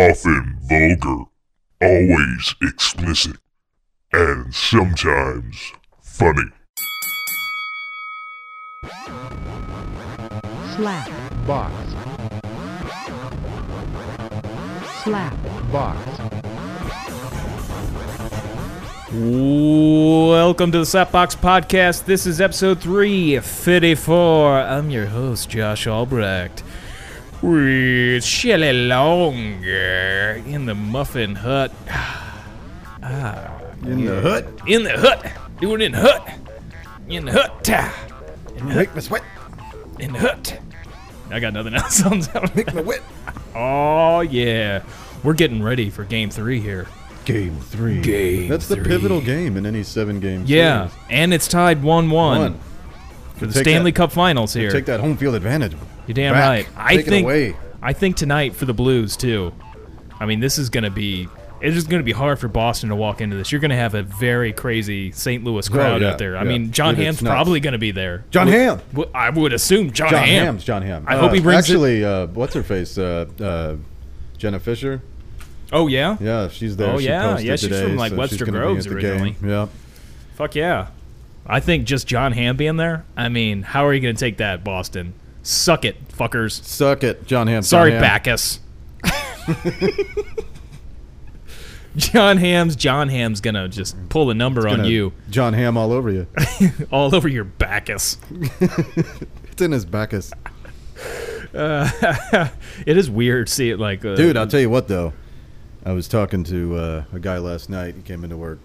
often vulgar, always explicit, and sometimes funny. Slap box, slap box, Welcome to the Slapbox Podcast. This is episode 354. I'm your host, Josh Albrecht. With Shelley Longer in the Muffin Hut. in the hut. In the hut. Doing it in the hut. In the hut. Make me sweat, In the hut. I got nothing else on that. make me wet. Oh, yeah. We're getting ready for game three here. Game three. Game That's the three. pivotal game in any seven game Yeah. series. And it's tied 1 One. 1 for the Take Stanley that- Cup Finals here. Take that home field advantage. You're damn back. right. I Take it think away. I think tonight for the Blues too. I mean, this is going to be it is going to be hard for Boston to walk into this. You're going to have a very crazy St. Louis crowd Oh, yeah, out there. I yeah. mean, John Dude, it's Ham's nuts. probably going to be there. John Would- Hamm. would- I would assume John, John Ham. Ham's John Ham. I hope he brings it- Actually, uh, what's her face? Uh, uh, Jenna Fisher. Oh yeah? Yeah, she's there. Oh, She yeah. posted Yeah, she's today, from, like, so Webster she's gonna be Groves at the originally. Game. Yeah. Fuck yeah. I think just John Ham being there. I mean, how are you going to take that, Boston? Suck it, fuckers. Suck it, John Ham. Sorry, John Hamm. Bacchus. John Ham's John Ham's gonna just pull a number on Gonna- you John Ham all over you. all over your Bacchus. it's in his backus. It is weird to see it like uh, Dude, I'll tell you what though. I was talking to uh, a guy last night. He came into work.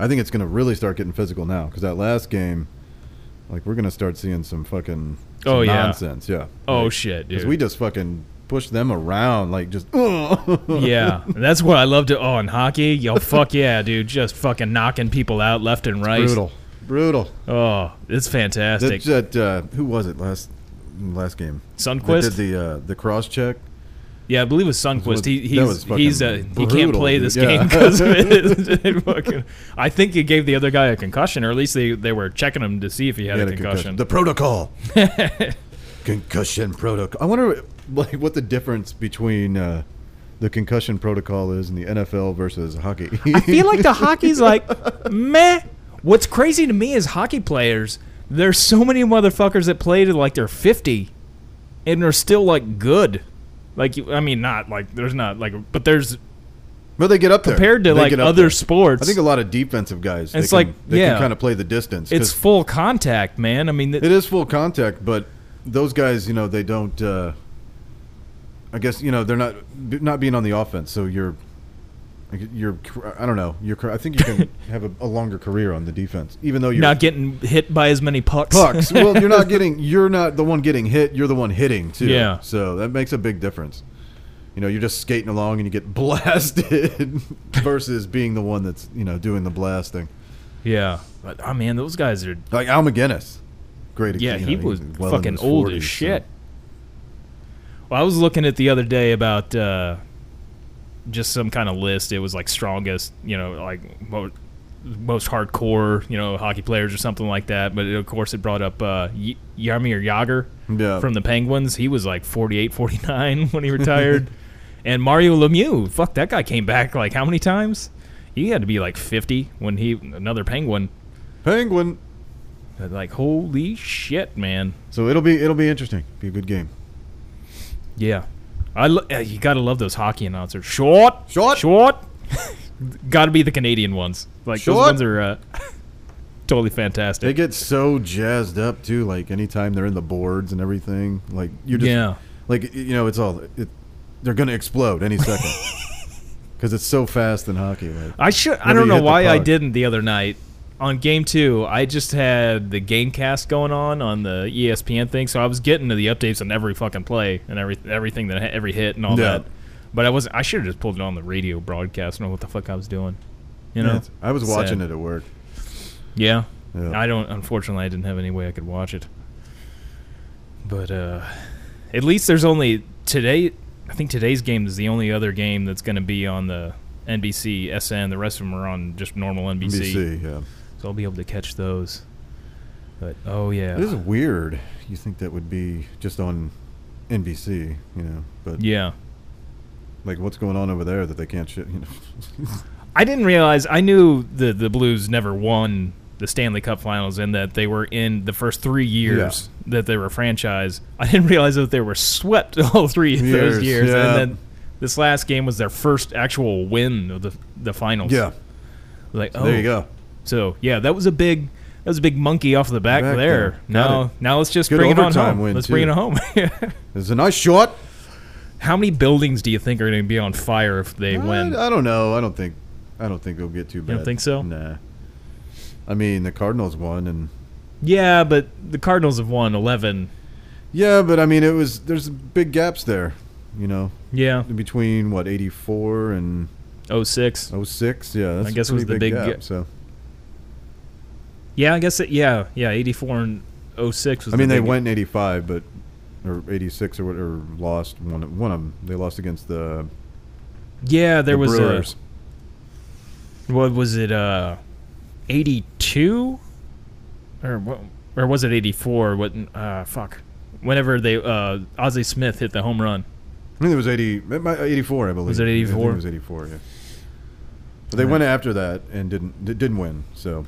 I think it's going to really start getting physical now because that last game, like we're going to start seeing some fucking some Oh, yeah. nonsense. Yeah. Oh shit, Because dude. we just fucking push them around like just. yeah. yeah, that's what I love to. Oh, in hockey, yo, fuck yeah, dude, just fucking knocking people out left and right. Brutal. Brutal. Oh, it's fantastic. That, that uh, who was it last last game? Sundquist? That did the uh, the cross check. yeah, I believe it's Sunquist. was- He, that he's was fucking he's uh, he can't brutal, play dude. this Yeah. game because of it. It fucking- I think he gave the other guy a concussion, or at least they, they were checking him to see if he had, a concussion. The protocol. concussion protocol. I wonder like what the difference between uh, the concussion protocol is in the NFL versus hockey. I feel like the hockey's like meh. What's crazy to me is hockey players. There's so many motherfuckers that play to like they're 50, and are still like good. Like you- I mean, not like there's not like, but there's but they get up there compared to They like get up other there. sports. I think a lot of defensive guys. they It's can- like, they yeah. can kind of play the distance. 'cause it's full contact, man. I mean, th- It is full contact, but those guys, you know, they don't. Uh, I guess you know they're not b- not being on the offense, so you're. You're, I don't know. You're, cor- I think you can have a, a longer career on the defense, even though you're not getting hit by as many pucks. pucks. well, you're not getting. You're not the one getting hit. You're the one hitting too. Yeah. So that makes a big difference. You know, you're just skating along and you get blasted versus being the one that's you know doing the blasting. yeah, but oh man, those guys are. Like Al McGinnis, great. Yeah, you know, he he's was well in fucking his old 40s, as so- shit. Well, I was looking at the other day about uh, just some kind of list. It was like strongest, you know, like mo- most hardcore, you know, hockey players or something like that. But of course, it brought up uh, y- Yarmir Yager Yeah. from the Penguins. He was like 48, 49 when he retired. and Mario Lemieux, fuck, that guy came back like how many times? He had to be like 50 when he, another Penguin. Penguin. Like, holy shit, man. So it'll be it'll be interesting. Be a good game. Yeah, I lo- uh, you gotta love those hockey announcers. Short, Short. short. gotta be the Canadian ones. Like those Short. ones are uh, totally They fantastic. get so jazzed up too. Like anytime they're in the boards and everything, like you're just Yeah. like you know it's all it, they're gonna explode any second because it's so fast in hockey. Like I should. I Whenever don't you know hit the why I puck. didn't the other night on game two. I just had the game cast going on on the E ESPN thing, so I was getting to the updates on every fucking play and every everything that every hit and all Yeah. that. But I wasn't. I should have just pulled it on the radio broadcast. I don't know what the fuck I was doing. You know, It's- I was watching Sad. it at work. Yeah. Yeah. I don't unfortunately I didn't have any way I could watch it. But uh at least there's only today I think today's game is the only other game that's going to be on the NBC SN. The rest of them are on just normal NBC. BC, yeah. So I'll be able to catch those. But oh yeah. It is weird. You think that would be just on NBC, you know? But yeah. Like what's going on over there that they can't shit? You know, I didn't realize I knew the the Blues never won the Stanley Cup Finals and that they were in the first three years that they were franchise. I didn't realize that they were swept all three of Years, those years, yeah. and then this last game was their first actual win of the the finals. yeah. like oh, There you go. So yeah, that was a big that was a big monkey off the back, Back there. there. Got Now it. now let's just Good bring it on overtime home. win, let's too. bring it home. It's a nice shot. How many buildings do you think are going to be on fire if they win? Uh, I, I don't know. I don't think. I don't think it'll get too bad. don't think so? Nah. I mean, the Cardinals won, and yeah, but the Cardinals have won eleven. yeah, but I mean, it was there's big gaps there, you know, Yeah, in between what 84 and 06. 06. Yeah, that's I a guess it was pretty the big, big gap. ga- so Yeah, I guess it. Yeah, yeah, eighty four and 06 was. I mean, the they big- went in 85, but or 86 or whatever, lost one. One of them they lost against the Yeah, there the was Brewers. a. What was it? Uh, eighty two, or what? Or was it eighty four? What? Uh, fuck. Whenever they uh, Ozzie Smith hit the home run. I think it was 80, it might- 84, I believe. it I think 84? It was 84, yeah. But they went after that and didn't di- didn't win. So,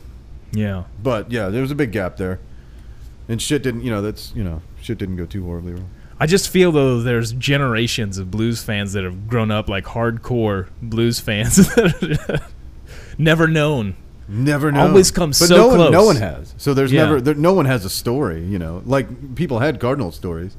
Yeah. but yeah, there was a big gap there, and shit didn't. You know, that's you know, shit didn't go too horribly wrong. I just feel though there's generations of blues fans that have grown up like hardcore blues fans that have never known. Never know. Always come but so no One, no close. one has. So there's Yeah. never there, no one has a story. You know, like people had Cardinal stories.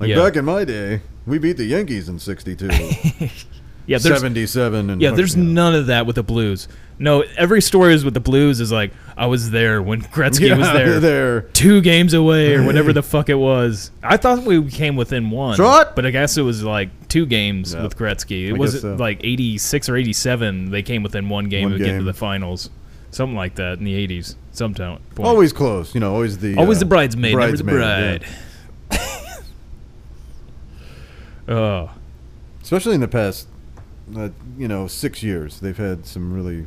Like Yeah. back in my day, we beat the Yankees in '62, Yeah, there's '77, and yeah, there's you know. none of that with the blues. No, every story is with the blues is like I was there when Gretzky was Yeah, there. there. Two games away, or whatever the fuck it was. I thought we came within one, Shot! but I guess it was like two games Yeah. with Gretzky. It guess wasn't so. like '86 or '87. They came within one game One to get to game. the finals, something like that in the '80s. Sometime point. Always close, you know. Always the Always uh, the bridesmaid, never bridesmaid, the yeah. bride. Oh, Especially in the past, uh, you know, six years, they've had some really,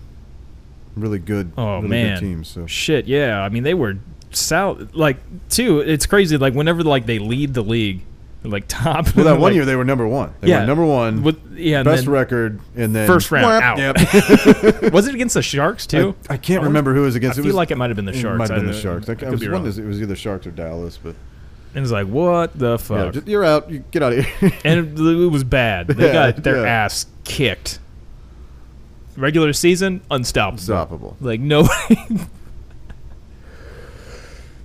really good, oh really man, good teams. So shit, yeah. I mean, they were south like too. It's crazy. Like whenever like they lead the league, they're, like top. well, that one like, year they were number one. They Yeah. were number one, with yeah, and best then- record, and then First round, Whap, out. yep. was it against the Sharks too? I, I can't I remember who it was against. I it feel was, like it might have been the it Sharks. might have been I- the Sharks. I, I could was be wondering wrong. if it was either Sharks or Dallas, but And it's like, what the yeah, fuck? just- you're out. You get out of here. and it, it was bad. They Yeah, got their yeah. ass kicked. Regular season, unstoppable. Unstoppable. Like nobody.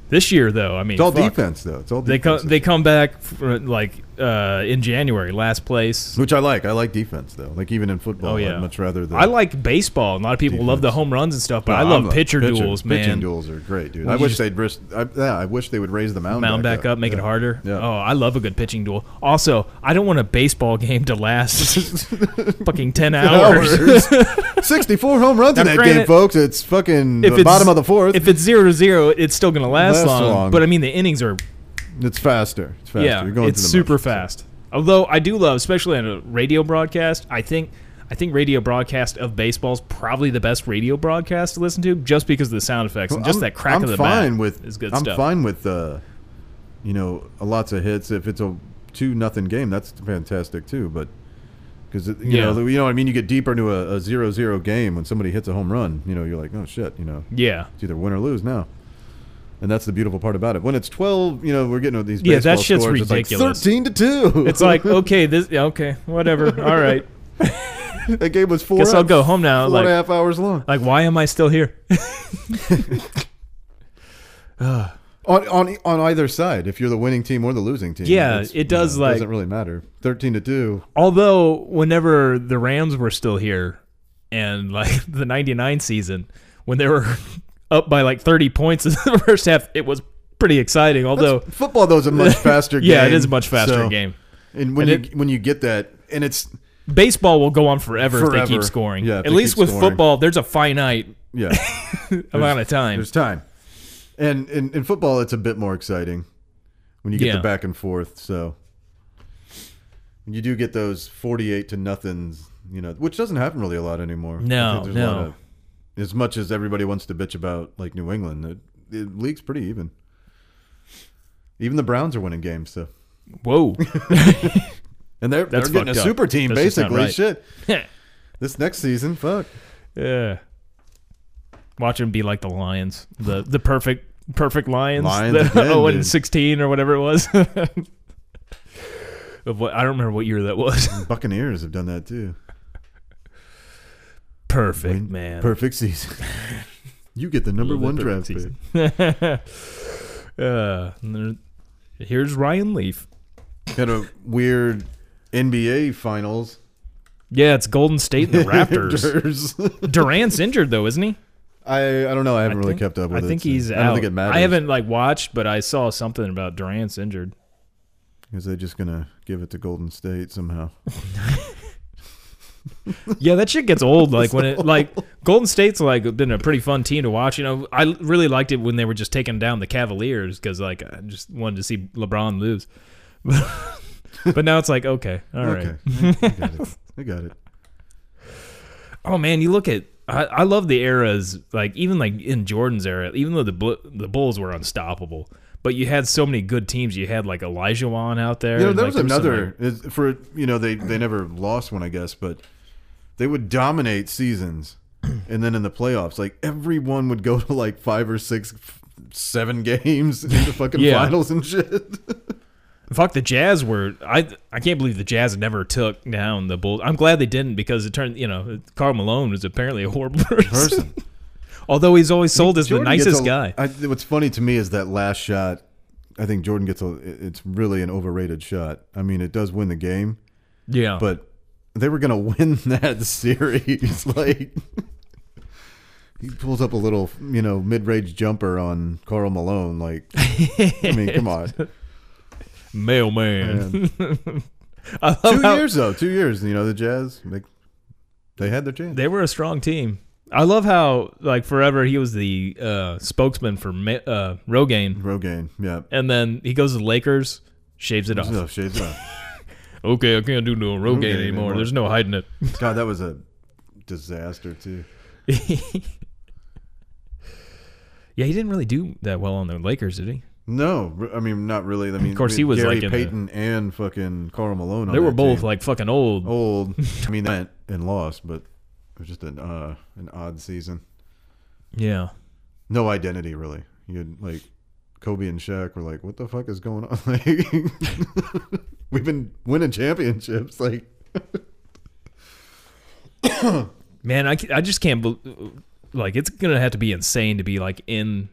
this year, though, I mean, It's all fuck. defense, though. It's all They come. defense. They come back for, like uh, in January, last place. which I like. I like defense, though. Like even in football, Oh, yeah. I'd much rather. The, I like baseball. A lot of people love the Defense. home runs and stuff, but I I'm love a pitcher, duels, man. Pitching duels are great, dude. I you wish just- they'd risk, I, yeah, I wish they would raise the mound, Mound back, up, make yeah. it harder. Yeah. Oh, I love a good pitching duel. Also, I don't want a baseball game to last fucking ten hours. Hours. 64 home runs in Now, that game, granted, folks. It's fucking If the it's- bottom of the fourth. if it's zero to zero, it's still gonna last Lasts long, long. But I mean, the innings are it's faster. It's faster. yeah, You're going it's through the super motions, so. fast. Although I do love, especially on a radio broadcast, I think I think radio broadcast of baseball is probably the best radio broadcast to listen to, just because of the sound effects and just I'm- that crack I'm of the fine bat with is good I'm stuff. fine with uh, you know lots of hits. If it's a two nothing game, that's fantastic too. But because you Yeah. know you know what I mean, you get deeper into a, a zero zero game when somebody hits a home run. You know you're like oh shit. You know Yeah, it's either win or lose now. And that's the beautiful part about it. When it's twelve, you know we're getting these Yeah, that baseball shit's scores, it's like ridiculous. Thirteen to two. it's like okay, this yeah, okay, whatever, all right. that game was four. Guess I'll hou- go home now. four and Like, a half hours long. like why am I still here? On, on on either side, if you're the winning team or the losing team, Yeah, it's, it does, it like- doesn't really matter. Thirteen to two. Although, whenever the Rams were still here, and like the '99 season, when they were up by like 30 points in the first half, it was pretty exciting. Although, Football though is a much faster game. yeah, it is a much faster so- game. And when And you when you get that, and it's Baseball will go on forever, if they Forever. keep scoring. Yeah, if At they least keep with scoring. football, there's a finite yeah, amount of time. there's time. And in, in football, it's a bit more exciting when you get Yeah. the back and forth. So when you do get those forty-eight to nothings, you know, which doesn't happen really a lot anymore. I No, think there's a no. of- as much as everybody wants to bitch about like New England, the, the league's pretty even. Even the Browns are winning games, so Whoa. and they're That's they're getting fucked a up. super team That's just not basically. right. Shit, this next season, fuck. yeah. Watch them be like the Lions, the the perfect perfect Lions, Lions the again, zero dude. and sixteen or whatever it was. of what I don't remember what year that was. Buccaneers have done that too. Perfect Win- man. Perfect season. you get the number Love that one perfect draft pick. season. uh, and there- here's Ryan Leaf. Had a weird NBA finals. Yeah, it's Golden State and the Raptors. Raptors. Durant's injured though, isn't he? I I don't know. I haven't I really think- kept up with I it. think so he's I out. don't think it matters. I haven't like watched, but I saw something about Durant's injured. Is they just gonna give it to Golden State somehow? Yeah, that shit gets old. Like when it like Golden State's like been a pretty fun team to watch. You know, I really liked it when they were just taking down the Cavaliers because like I just wanted to see LeBron lose. but now it's like okay, all right. okay, I I got it. I got it. Oh man, you look at I, I love the eras like even like in Jordan's era, even though the Bl- the Bulls were unstoppable, but you had so many good teams. You had like Elijah Wan out there. You know, and, there like, was some, another is- for you know they they never lost one, I guess, but they would dominate seasons, and then in the playoffs, like everyone would go to like five or six, f- seven games in the fucking Yeah. finals and shit. like- fuck the Jazz were. I I can't believe the Jazz never took down the Bulls. I'm glad they didn't because it turned you know Carl Malone was apparently a horrible person. Person. Although he's always sold as the Jordan gets nicest a- guy. I, what's funny to me is that last shot. I think Jordan gets a. It's really an overrated shot. I mean, it does win the game, yeah, but they were gonna win that series. like he pulls up a little, you know, mid-range jumper on Carl Malone. Like, I mean, come on. mailman. Man. I love Two how- years though, two years. You know, the Jazz, they, they had their chance. They were a strong team. I love how like forever he was the uh, spokesman for Ma- uh, Rogaine, Rogaine, yeah. Oh, and then he goes to the Lakers, shaves it off. No, shades off. Okay, I can't do no Rogaine, Rogaine anymore. anymore. There's no hiding it. God, that was a disaster too. yeah, he didn't really do that well on the Lakers, did he? No, r- I mean not really. I mean, course, he was, Gary like, in the- Payton and fucking Carl Malone. on they were that both team. like fucking old. old. I mean, they went and lost, but it was just an uh, an odd season. Yeah. No identity really. You had like Kobe and Shaq were like, "What the fuck is going on? Like, we've been winning championships. Like, Man, I, ca- I just can't bel like it's gonna have to be insane to be like in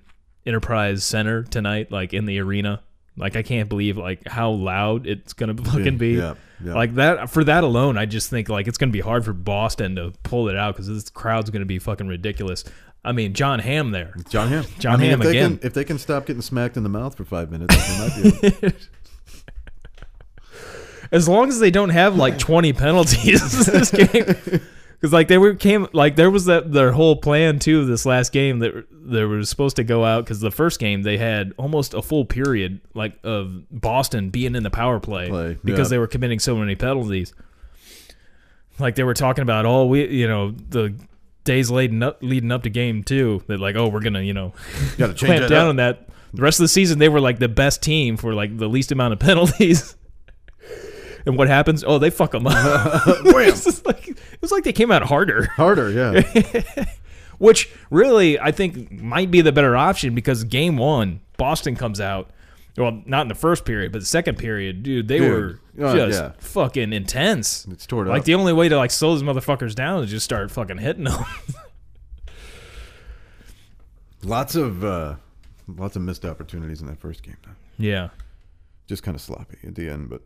Enterprise Center tonight, like in the arena. Like I can't believe like how loud it's gonna fucking be. Yeah, yeah. Like that for that alone, I just think like it's gonna be hard for Boston to pull it out because this crowd's gonna be fucking ridiculous. I mean, John Hamm there. John Hamm. John I mean, Hamm if they again. Can, if they can stop getting smacked in the mouth for five minutes, they might be. able to- As long as they don't have like 20 penalties this game. Because like they were came like there was that their whole plan too of this last game that they were supposed to go out because the first game they had almost a full period like of Boston being in the power play, Play, because yeah. they were committing so many penalties. Like they were talking about all we you know the days leading up leading up to game two that like oh we're gonna you know Gotta change clamp that down up. on that. The rest of the season, they were like the best team for like the least amount of penalties. and what happens? Oh, they fuck them up. it's just like it was like they came out harder, Harder, yeah. which really I think might be the better option because game one, Boston comes out. Well, not in the first period, but the second period, dude, they Dude. were Uh, just yeah. fucking intense. It's tore it like up. the only way to like slow these motherfuckers down is just start fucking hitting them. Lots of uh, lots of missed opportunities in that first game. though. yeah. Just kind of sloppy at the end, but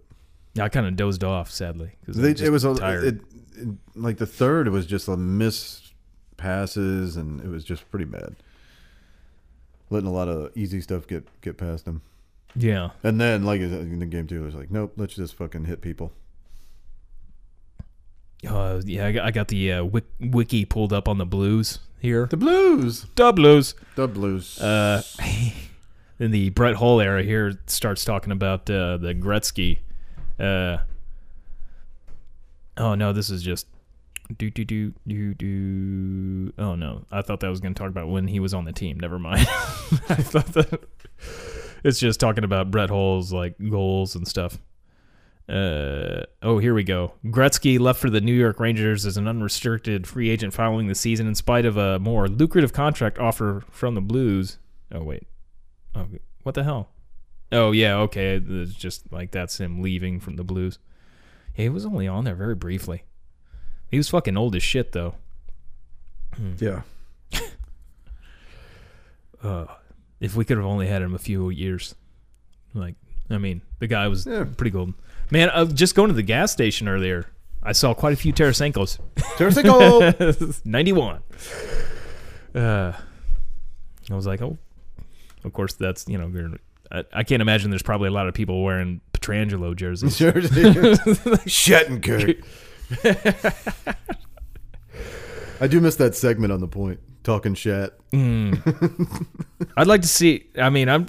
I kind of dozed off, sadly. 'cause I'm They, just it was a, tired. It, it, like the third. It was just a miss passes, and it was just pretty bad. Letting a lot of easy stuff get get past them, yeah. and then like I said, in the game two, it was like, nope, let's just fucking hit people. Uh, yeah, I got, I got the uh, wik- wiki pulled up on the Blues here. The Blues, The Blues. the Blues. Uh, in the Brett Hull era here starts talking about uh, the Gretzky. Uh, oh no, this is just do do do do do. Oh no, I thought that was going to talk about when he was on the team. Never mind. I thought that it's just talking about Brett Hull's like goals and stuff. Uh, oh, here we go. Gretzky left for the New York Rangers as an unrestricted free agent following the season in spite of a more lucrative contract offer from the Blues. Oh, wait. Oh, what the hell? Oh, yeah, okay. It's just like that's him leaving from the Blues. Yeah, he was only on there very briefly. He was fucking old as shit, though. Yeah. If we could have only had him a few years. Like, I mean, the guy was Yeah. pretty golden. Man, uh, just going to the gas station earlier, I saw quite a few Tarasenko's. Tarasenko! 91. Uh, I was like, oh, of course, that's, you know, you're- I, I can't imagine there's probably a lot of people wearing Petrangelo jerseys. Shattenkirk. I do miss that segment on the point. Talking shat. I'd like to see, I mean, I'm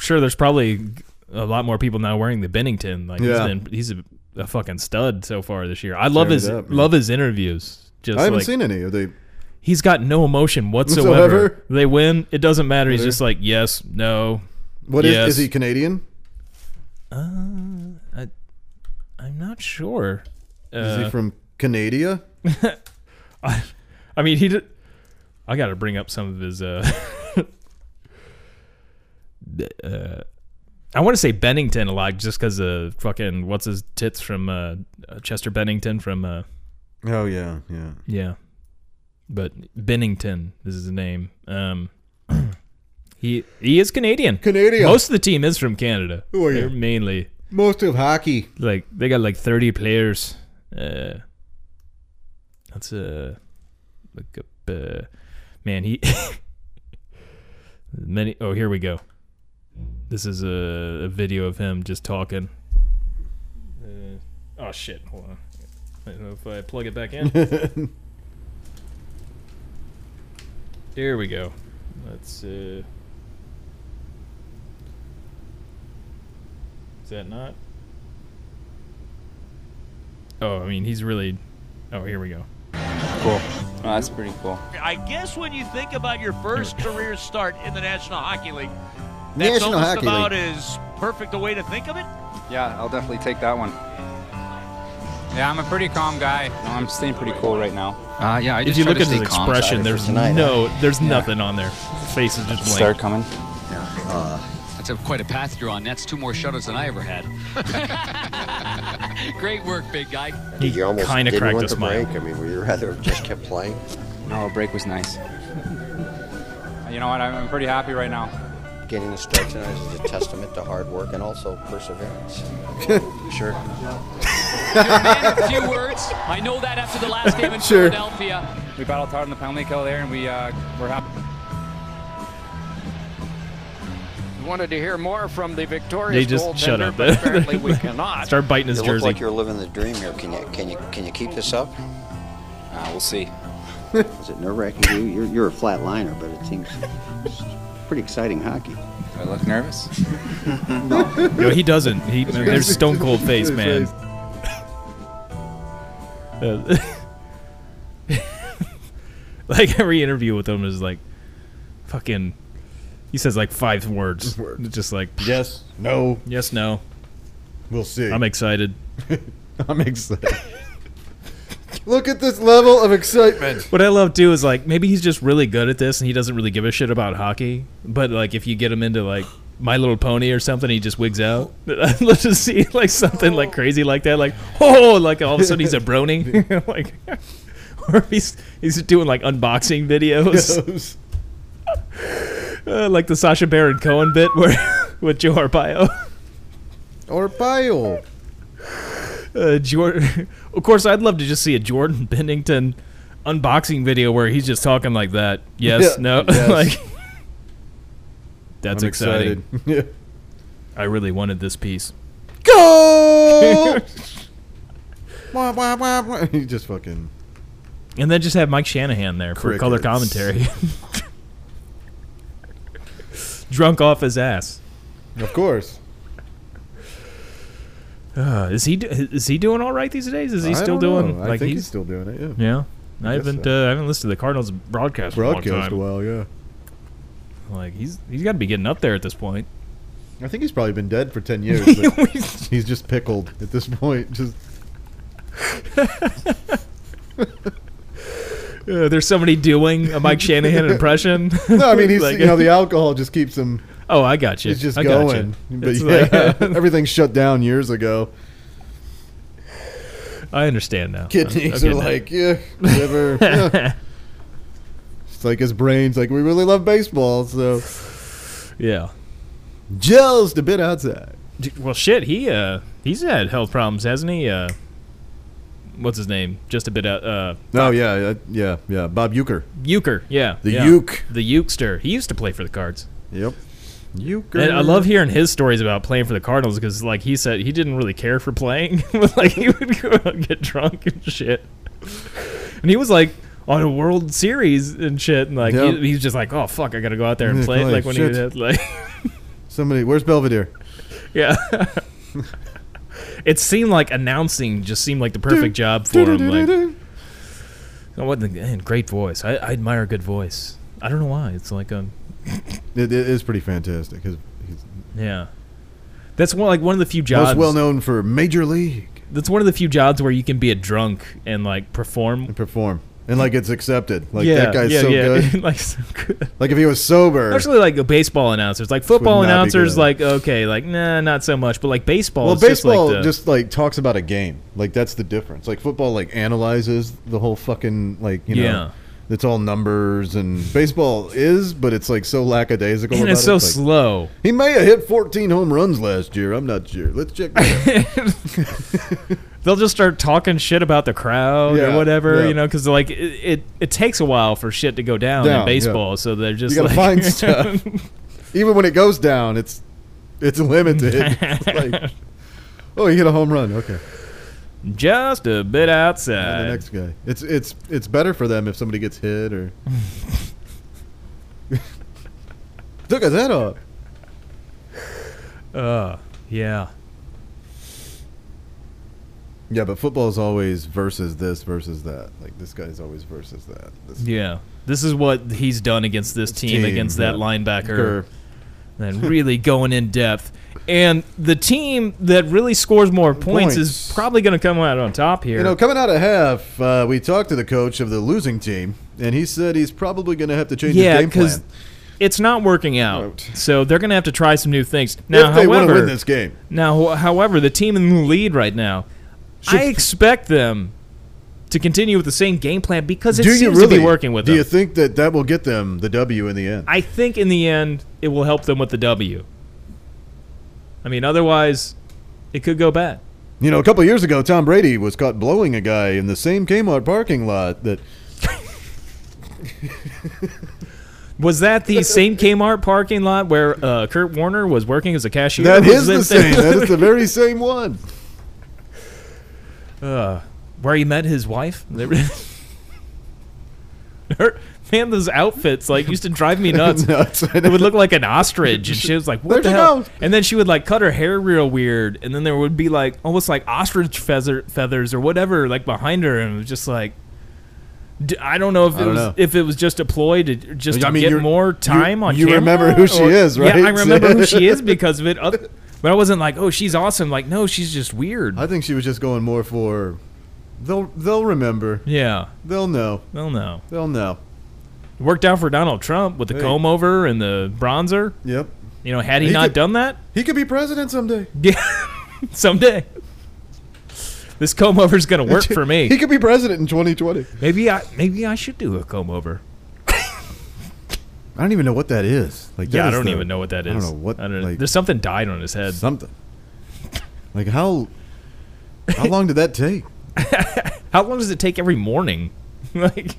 sure there's probably a lot more people now wearing the Bennington. Like, Yeah. he's, been, he's a, a fucking stud so far this year. I love Tearing his it up, man. love his interviews. Just I haven't like, seen any. Are they he's got no emotion whatsoever. Whatsoever? They win, it doesn't matter. He's just like, yes, no. What is? Yes. is he Canadian? I'm not sure. Is Uh, he from Canada? I mean, he did. I got to bring up some of his. Uh, the, uh, I want to say Bennington a lot just because of fucking what's his tits from uh, Chester Bennington from uh, Oh yeah, yeah. yeah, but Bennington is his name. Um, he he is Canadian. Canadian. Most of the team is from Canada. Who are you? They're mainly Most of hockey. like they got like 30 players uh that's uh look up uh man he many oh here we go this is a, a video of him just talking uh, oh shit hold on i don't know if i plug it back in here we go let's uh is that not oh i mean he's really oh here we go Cool. Oh, that's pretty cool. I guess when you think about your first career start in the National Hockey League, that's National almost Hockey about League. as perfect a way to think of it. Yeah, I'll definitely take that one. Yeah, I'm a pretty calm guy. No, I'm staying pretty cool right now. Uh, yeah, I If just you try look to at his stay calm, so I expression, don't- there's no, there's nothing on there. Face is just Start blank. coming. uh, that's a, quite a path you're on. That's two more shutters than I ever had. Great work, big guy. He You almost kind of didn't cracked want a the smile. break. I mean, would you rather have just kept playing? No, a break was nice. You know what? I'm, I'm pretty happy right now. Getting the start tonight is a testament to hard work and also perseverance. Sure. Man of few words. I know that after the last game in Sure. Philadelphia. We battled hard in the penalty kill there, and we uh, we're happy. Wanted to hear more from the victorious They just goaltender, shut up. but apparently we cannot. Start biting his You look jersey. like you're living the dream here. Can you can you can you keep this up? Uh, we'll see. Is it nerve wracking to you? You're, you're a flat liner, but it seems it's pretty exciting hockey. Do I look nervous? Yo, he doesn't. He there's stone cold face, man. Uh, like every interview with him is like, fucking. He says like five words. Just like Yes. No. yes, no. We'll see. I'm excited. I'm excited. Look at this level of excitement. What I love too is like maybe he's just really good at this and he doesn't really give a shit about hockey. But like if you get him into like My Little Pony or something, he just wigs out. I'd love to see like something like crazy like that, like oh, like all of a sudden he's a brony, like or if he's he's doing like unboxing videos, uh, like the Sasha Baron Cohen bit where with Joe Arpaio. or bio. Uh, Jordan, of course, I'd love to just see a Jordan Bennington unboxing video where he's just talking like that. Yes, Yeah. no, Yes. like that's I'm exciting. excited. Yeah. I really wanted this piece. Go. wah, wah, wah, wah. He just fucking. And then just have Mike Shanahan there for color Crickets. commentary. Drunk off his ass. Of course. Uh, is he do- is he doing all right these days? Is he I still don't know. doing I think he's, still doing it. Yeah. yeah? I, I guess haven't so. uh, I haven't listened to the Cardinals broadcast for a long Broadcast time. a while. Yeah. Like he's he's got to be getting up there at this point. I think he's probably been dead for ten years. but he's just pickled at this point. Just Uh, there's somebody doing a Mike Shanahan impression. no, I mean he's Like- you know the alcohol just keeps him. oh, I got you. He's just I got going. you. But It's like- uh, yeah, everything shut down years ago. I understand now. Kidneys I'm- are I'm getting like yeah, whatever. Yeah. It's like his brain's like we really love baseball, so it. yeah. Joe's a bit outside. D- Well, shit. He uh, he's had health problems, hasn't he? Uh, what's his name? Just a bit out. Uh, No, yeah, uh, yeah, yeah. Bob Euchre. Euchre. Yeah. The yeah. Uke. The Ukester. He used to play for the Cards. Yep. Euchre. And I love hearing his stories about playing for the Cardinals because, like he said, he didn't really care for playing. But, like he would go out and get drunk and shit. And he was like on a World Series and shit, and like Yep. he, he's just like, oh fuck, I gotta go out there and Yeah, play. play, Like when shit. he had, like, somebody. Where's Belvedere? yeah. it seemed like announcing just seemed like the perfect job for him. Like, oh, what the man, great voice. I, I admire a good voice. I don't know why. It's like um, It, it is pretty fantastic. His, he's yeah. That's one like one of the few jobs. most well known for Major League that's one of the few jobs where you can be a drunk and like perform. and perform, and like it's accepted. Like yeah, that guy's yeah, so yeah. good. like so good. Like if he was sober, Especially like the baseball announcers, like football would not be announcers, good. like okay, like nah, not so much, but like baseball. well, is baseball just, like the- talks about a game. Like that's the difference. Like football, like analyzes the whole fucking like you know. Yeah. It's all numbers and baseball is, but it's like so lackadaisical. and about it's so it. Like, slow. He may have hit 14 home runs last year. I'm not sure. Let's check. That out. They'll just start talking shit about the crowd Yeah, or whatever, yeah. you know, because like it, it it takes a while for shit to go down, Down, yeah. in baseball, so they're just You gotta like, find stuff. Even when it goes down, it's it's limited. It's like, oh, he hit a home run. Okay, just a bit And outside. the next guy. It's it's it's better for them if somebody gets hit or. Look at that up. Uh, yeah, Yeah, but football is always versus this versus that. Like this guy's always versus that. This yeah. This is what he's done against this team, Team, against that yeah. linebacker. and really going in depth. And the team that really scores more points, is Points. probably going to come out on top here. You know, coming out of half, uh, we talked to the coach of the losing team, and he said he's probably going to have to change yeah, his game plan. because it's not working out. Right. So they're going to have to try some new things. Now, if they want however, to win this game, now, however, the team in the lead right now, I expect them to continue with the same game plan because it do seems you really to be working with Do them. you think that that will get them the W in the end? I think in the end, it will help them with the W. I mean, otherwise, it could go bad. You know, a couple years ago, Tom Brady was caught blowing a guy in the same Kmart parking lot. That Was that the same Kmart parking lot where uh, Kurt Warner was working as a cashier? that Was is the same. that is the very same one. uh, where he met his wife. They were- Her, man, those outfits like used to drive me nuts. Nuts, I It know. would look like an ostrich, and she was like, "What There's the your hell?" nose. And then she would like cut her hair real weird, and then there would be like almost like ostrich feather feathers or whatever like behind her, and it was just like. d- I don't know if it don't was know. if it was just a ploy to just I to mean, get you're- more you- time on. you camera, remember who she or- is, right? Yeah, I remember who she is because of it. Other, but I wasn't like, oh, she's awesome. Like, no, she's just weird. I think she was just going more for. They'll they'll remember. yeah, They'll know. well, no. They'll know. worked out for Donald Trump with the Hey. comb over and the bronzer. Yep. You know, had he, He not could- done that, He could be president someday. yeah, someday this comb over's gonna work for me. He could be president in 2020. Maybe I maybe I should do a comb over. I don't even know what that is. Like, yeah, that I is don't the- even know what that is. I don't know what. I don't know. like, There's something dyed on his head. something. Like how? How long did that take? How long does it take every morning? like,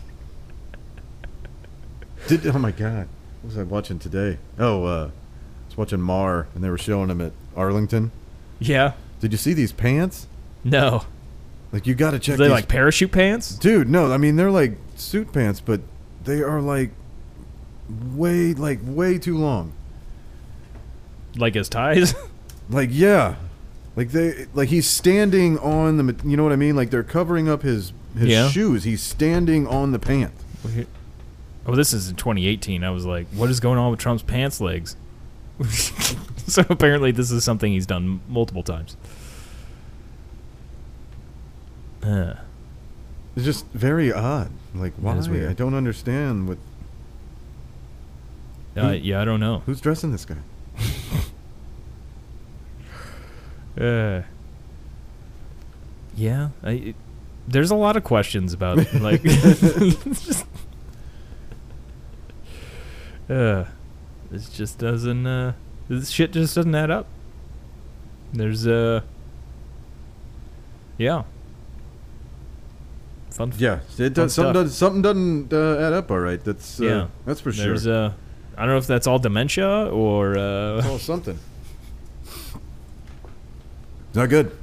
Did oh my god, what was I watching today? Oh, uh, I was watching Mar, and they were showing him at Arlington. yeah, Did you see these pants? no. Like you got to check. Are they these- like parachute pants? dude, no, I mean they're like suit pants, but they are like way, like way too long. Like his ties? Like yeah, like they, like he's standing on the, mat- you know what I mean? Like they're covering up his his Yeah. shoes. He's standing on the pant. oh, this is in 2018. I was like, what is going on with Trump's pants legs? so apparently, this is something he's done multiple times. Uh, It's just very odd. Like, why? That is weird. I don't understand what. uh, Who- yeah, I don't know. Who's dressing this guy? Uh, yeah, I, it- there's a lot of questions about like. just, uh, this just doesn't. Uh, this shit just doesn't add up. There's uh. Yeah. Fun. f- Yeah, it Fun does, stuff. something, does, something doesn't uh, add up. All right, that's uh, Yeah. that's for sure. There's uh, I don't know if that's all dementia or uh. oh, something. Not good.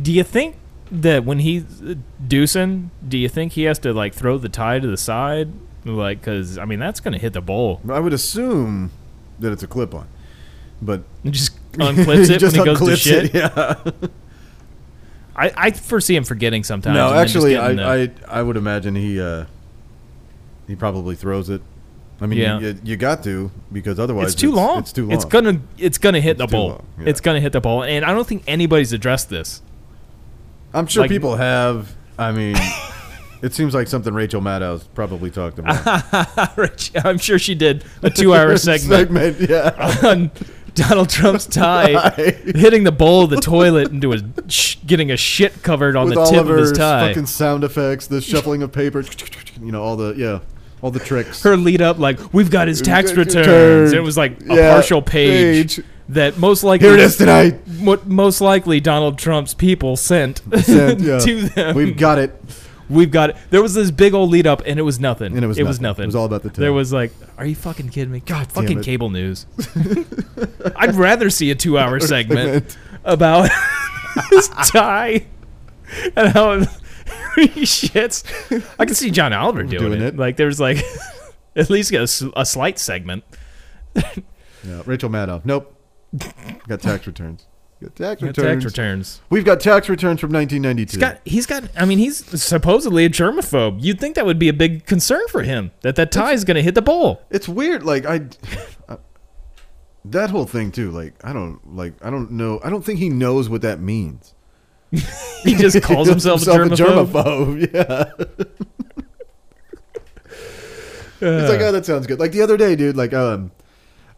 Do you think that when he's uh, deucing, do you think he has to like throw the tie to the side, like because I mean that's gonna hit the bowl. I would assume that it's a clip on, but He just unclips it just when he goes to unclips shit. It, yeah. I, I foresee him forgetting sometimes. No, and then just actually, getting I, the- I I would imagine he uh, he probably throws it. I mean, Yeah. you, you, you got to because otherwise it's too long. It's too long. It's gonna it's gonna hit the too bowl. long, yeah. It's gonna hit the bowl, and I don't think anybody's addressed this. I'm sure like- people have. I mean, it seems like something Rachel Maddow's probably talked about. Rich, I'm sure she did a two-hour segment Segment, yeah. on Donald Trump's tie Tie. hitting the bowl of the toilet into his sh- getting a shit covered on With the all tip of of, his her tie. fucking sound effects, the shuffling of paper, you know, all the yeah, all the tricks. her lead up like we've got his tax Tax returns. returns. It was like a Yeah, partial page, page. that most likely Here it is tonight. mo- most likely Donald Trump's people sent, Sent, yeah. to them. We've We've, got it. got it. There was this big old lead up, and it was nothing. And it was it was nothing. nothing. It was all about the There tip. was like, are you fucking kidding me? God, fucking it. cable news. I'd rather see a two-hour segment about his tie and how he shits. I can see John Oliver doing, Doing it. it. Like there's like at least a, s- a slight segment. Yeah, Rachel Maddow. Nope. got tax returns. Got tax Yeah, returns. Tax returns. We've got tax returns from 1992. He's got. He's got. I mean, he's supposedly a germaphobe. You'd think that would be a big concern for him that that tie is going to hit the bowl. it's weird. Like I, I- that whole thing too. Like I don't like. I don't know. I don't think he knows what that means. He just calls himself, a germaphobe. germaphobe. Yeah. it's like oh, that sounds good. Like the other day, dude. Like um,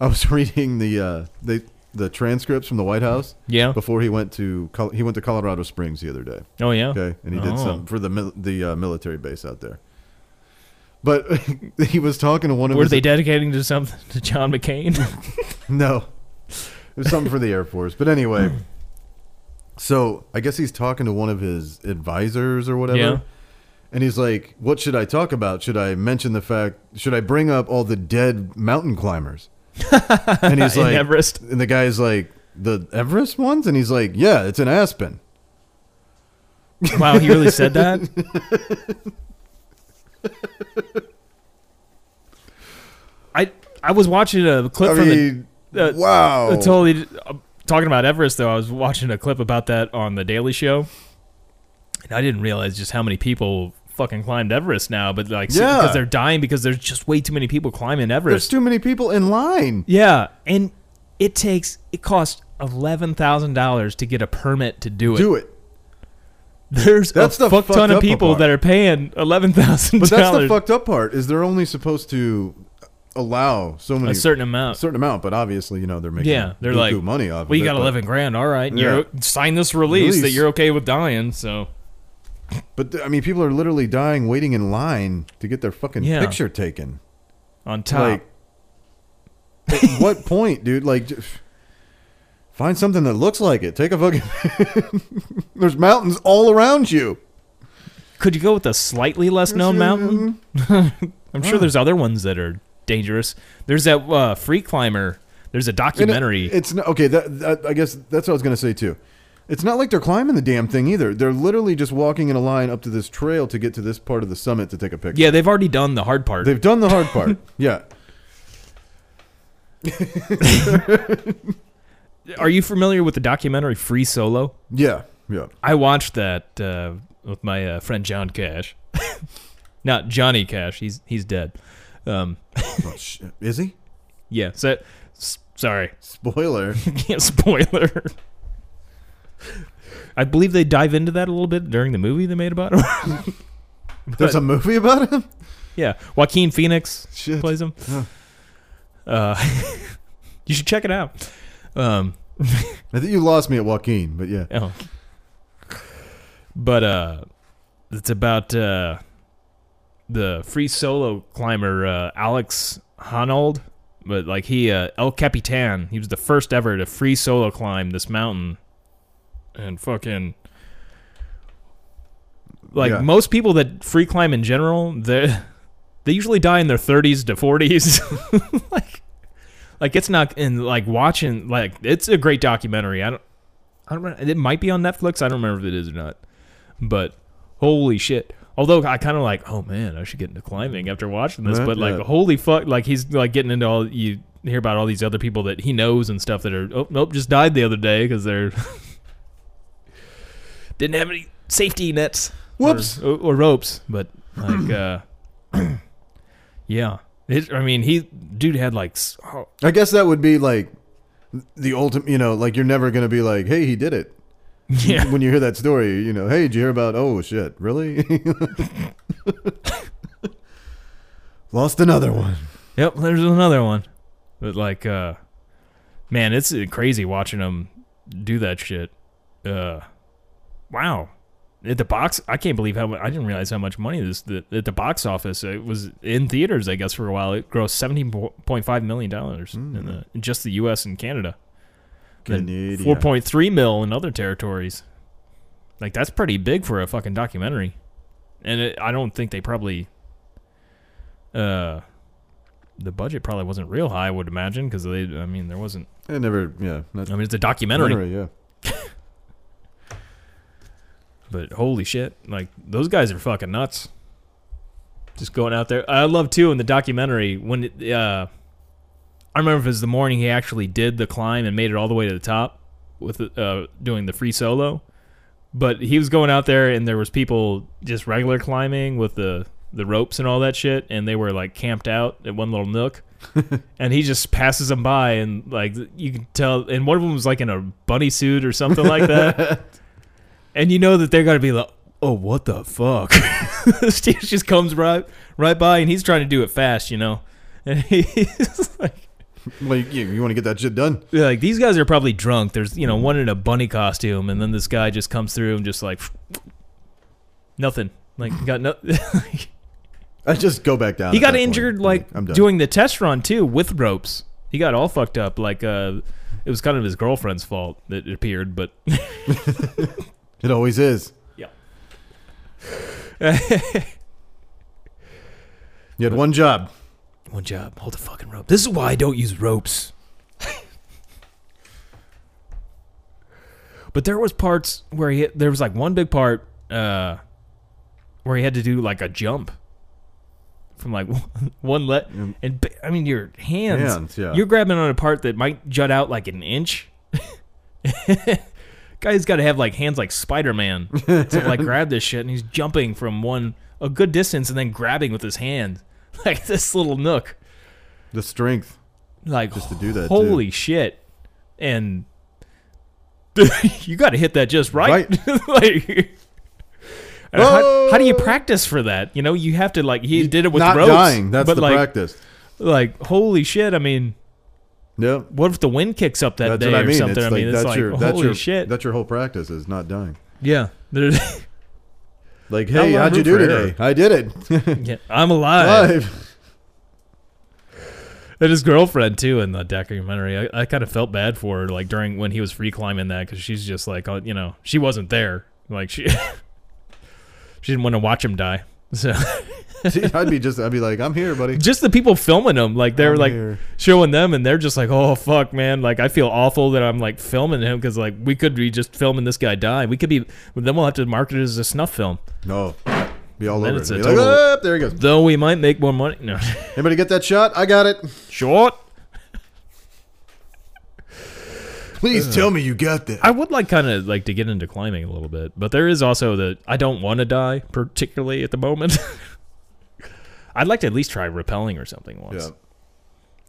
I was reading the uh the the transcripts from the White House. Yeah. Before he went to Col- he went to Colorado Springs the other day. Oh yeah. Okay, and he did Oh. something for the mil- the uh, military base out there. But he was talking to one of Were his they dedicating to something to John McCain? no, it was something for the Air Force. But anyway, so I guess he's talking to one of his advisors or whatever, Yeah. and he's like, "What should I talk about? Should I mention the fact? Should I bring up all the dead mountain climbers?" And he's In like, Everest. and the guy's like, "The Everest ones," and he's like, "Yeah, it's an Aspen." wow, he really said that. I I was watching a clip I from the mean, oh. uh, wow, I totally uh, talking about Everest though. I was watching a clip about that on the Daily Show, and I didn't realize just how many people fucking climbed Everest now. But like, see- Yeah. because they're dying because there's just way too many people climbing there's Everest. too many people in line. yeah, and it takes it costs eleven thousand dollars to get a permit to do it. Do it. There's That's a the fuck fucked ton of up people part. that are paying eleven thousand But that's the dollars. fucked up part is they're only supposed to allow so many A certain amount. certain amount, but obviously you know they're making yeah, they're buku like money off. Well, of you it, got but- eleven grand. All right, Yeah. you're sign this release, that Release. you're okay with dying. So But th- I mean, people are literally dying waiting in line to get their fucking Yeah. picture taken. on top. Like, at what point, dude? Like, j- find something that looks like it. Take a fucking. There's mountains all around you. Could you go with a slightly less known mountain? um, I'm sure there's other ones that are dangerous. There's that uh, free climber. There's a And it- documentary. it's not okay. That, that I guess that's what I was gonna say too. It's not like they're climbing the damn thing either. They're literally just walking in a line up to this trail to get to this part of the summit to take a picture. yeah, they've already done the hard part. They've done the hard part. yeah. Are you familiar with the documentary Free Solo? Yeah. Yeah. I watched that uh, with my uh, friend John Cash. Not Johnny Cash. He's he's dead. Um, Oh, shit. Is he? yeah. So S- sorry. Spoiler. Yeah, spoiler. I believe they dive into that a little bit during the movie they made about him. There's a movie about him? yeah, Joaquin Phoenix Shit. plays him. Huh. Uh, you should check it out. Um, I think you lost me at Joaquin, but yeah. oh. But uh, it's about uh, the free solo climber uh, Alex Honnold. But like he, uh, El Capitan, he was the first ever to free solo climb this mountain, and fucking. Like Yeah. most people that free climb in general, they they usually die in their 30s to 40s. like, like it's not and like watching like it's a great documentary. I don't, I don't. remember- It might be on Netflix. I don't remember if it is or not. But holy shit! Although I kind of like, oh man, I should get into climbing after watching this. Yeah, but like, yeah. holy fuck! Like he's like getting into all you hear about all these other people that he knows and stuff that are oh nope just died the other day because they're didn't have any safety nets Whoops. or, or ropes. But like, uh, yeah. It, I mean, he dude had like s- oh, I guess that would be like the ultimate, you know, like you're never going to be like, hey, he did it. yeah. When you hear that story, you know, hey, did you hear about, oh shit, really? lost another one. Yep, there's another one. But like, uh, man, it's uh, crazy watching them do that shit. Uh, wow. At the box, I can't believe how much, I didn't realize how much money this the, at the box office. It was in theaters, I guess, for a while. It grossed seventeen point five million dollars in the in just the U.S. and Canada. Canada. Four point three mil in other territories. Like that's pretty big for a fucking documentary, and it, I don't think they probably. Uh, the budget probably wasn't real high, I would imagine, because they. I mean, there wasn't. I never, yeah. Not I mean, it's a documentary, yeah. but holy shit! Like those guys are fucking nuts. Just going out there. I love too in the documentary when it, uh, I remember if it was the morning he actually did the climb and made it all the way to the top with uh, doing the free solo. But he was going out there and there was people just regular climbing with the the ropes and all that shit, and they were like camped out at one little nook. and he just passes them by and like you can tell and one of them was like in a bunny suit or something like that and you know that they're gonna be like oh what the fuck this dude just comes right right by and he's trying to do it fast you know and he's like Like, you, you want to get that shit done? they're like these guys are probably drunk there's you know one in a bunny costume and then this guy just comes through and just like nothing like got no I just go back down. he at got that point. injured like I'm done. doing the test run too with ropes. He got all fucked up. Like uh, it was kind of his girlfriend's fault that it appeared, but It always is. yeah, You had one job. one job. Hold the fucking rope. This is why I don't use ropes. but there was parts where he there was like one big part uh, where he had to do like a jump from like one let and ba- I mean your hands, Mm. Hands, yeah. you're grabbing on a part that might jut out like an inch. Guy's got to have like hands like Spider Man to like grab this shit, and he's jumping from one a good distance and then grabbing with his hand like this little nook The strength. like Just to do that, too. Holy shit! And you got to hit that just right. like, and how, how do you practice for that? You know, you have to like he did it with Not ropes, dying. That's but the like, practice. Like holy shit! I mean, Yep. what if the wind kicks up that That's day what I or mean. something? It's I like, mean, that's it's like your, that's holy your, shit! That's your whole practice is not dying. yeah, There's- Like, How hey, long how'd you room do for today? I did it. yeah, I'm alive. Live. And his girlfriend too in the documentary. I, I kind of felt bad for her, like during when he was free climbing that, because she's just like, oh, you know, she wasn't there. Like she, she didn't want to watch him die. So See, I'd be just, I'd be like, I'm here, buddy. just the people filming him, like they're I'm like here. showing them, and they're just like, oh fuck, man. Like I feel awful that I'm like filming him because like we could be just filming this guy die. We could be, then we'll have to market it as a snuff film. No. Be all Then over it's it. a Be like, total- "Up, there he goes. Though we might make more money. No. Anybody get that shot? I got it. Short. Please tell me you got that. I would like kind of like to get into climbing a little bit, but there is also the I don't want to die particularly at the moment. I'd like to at least try rappelling or something once. Yeah.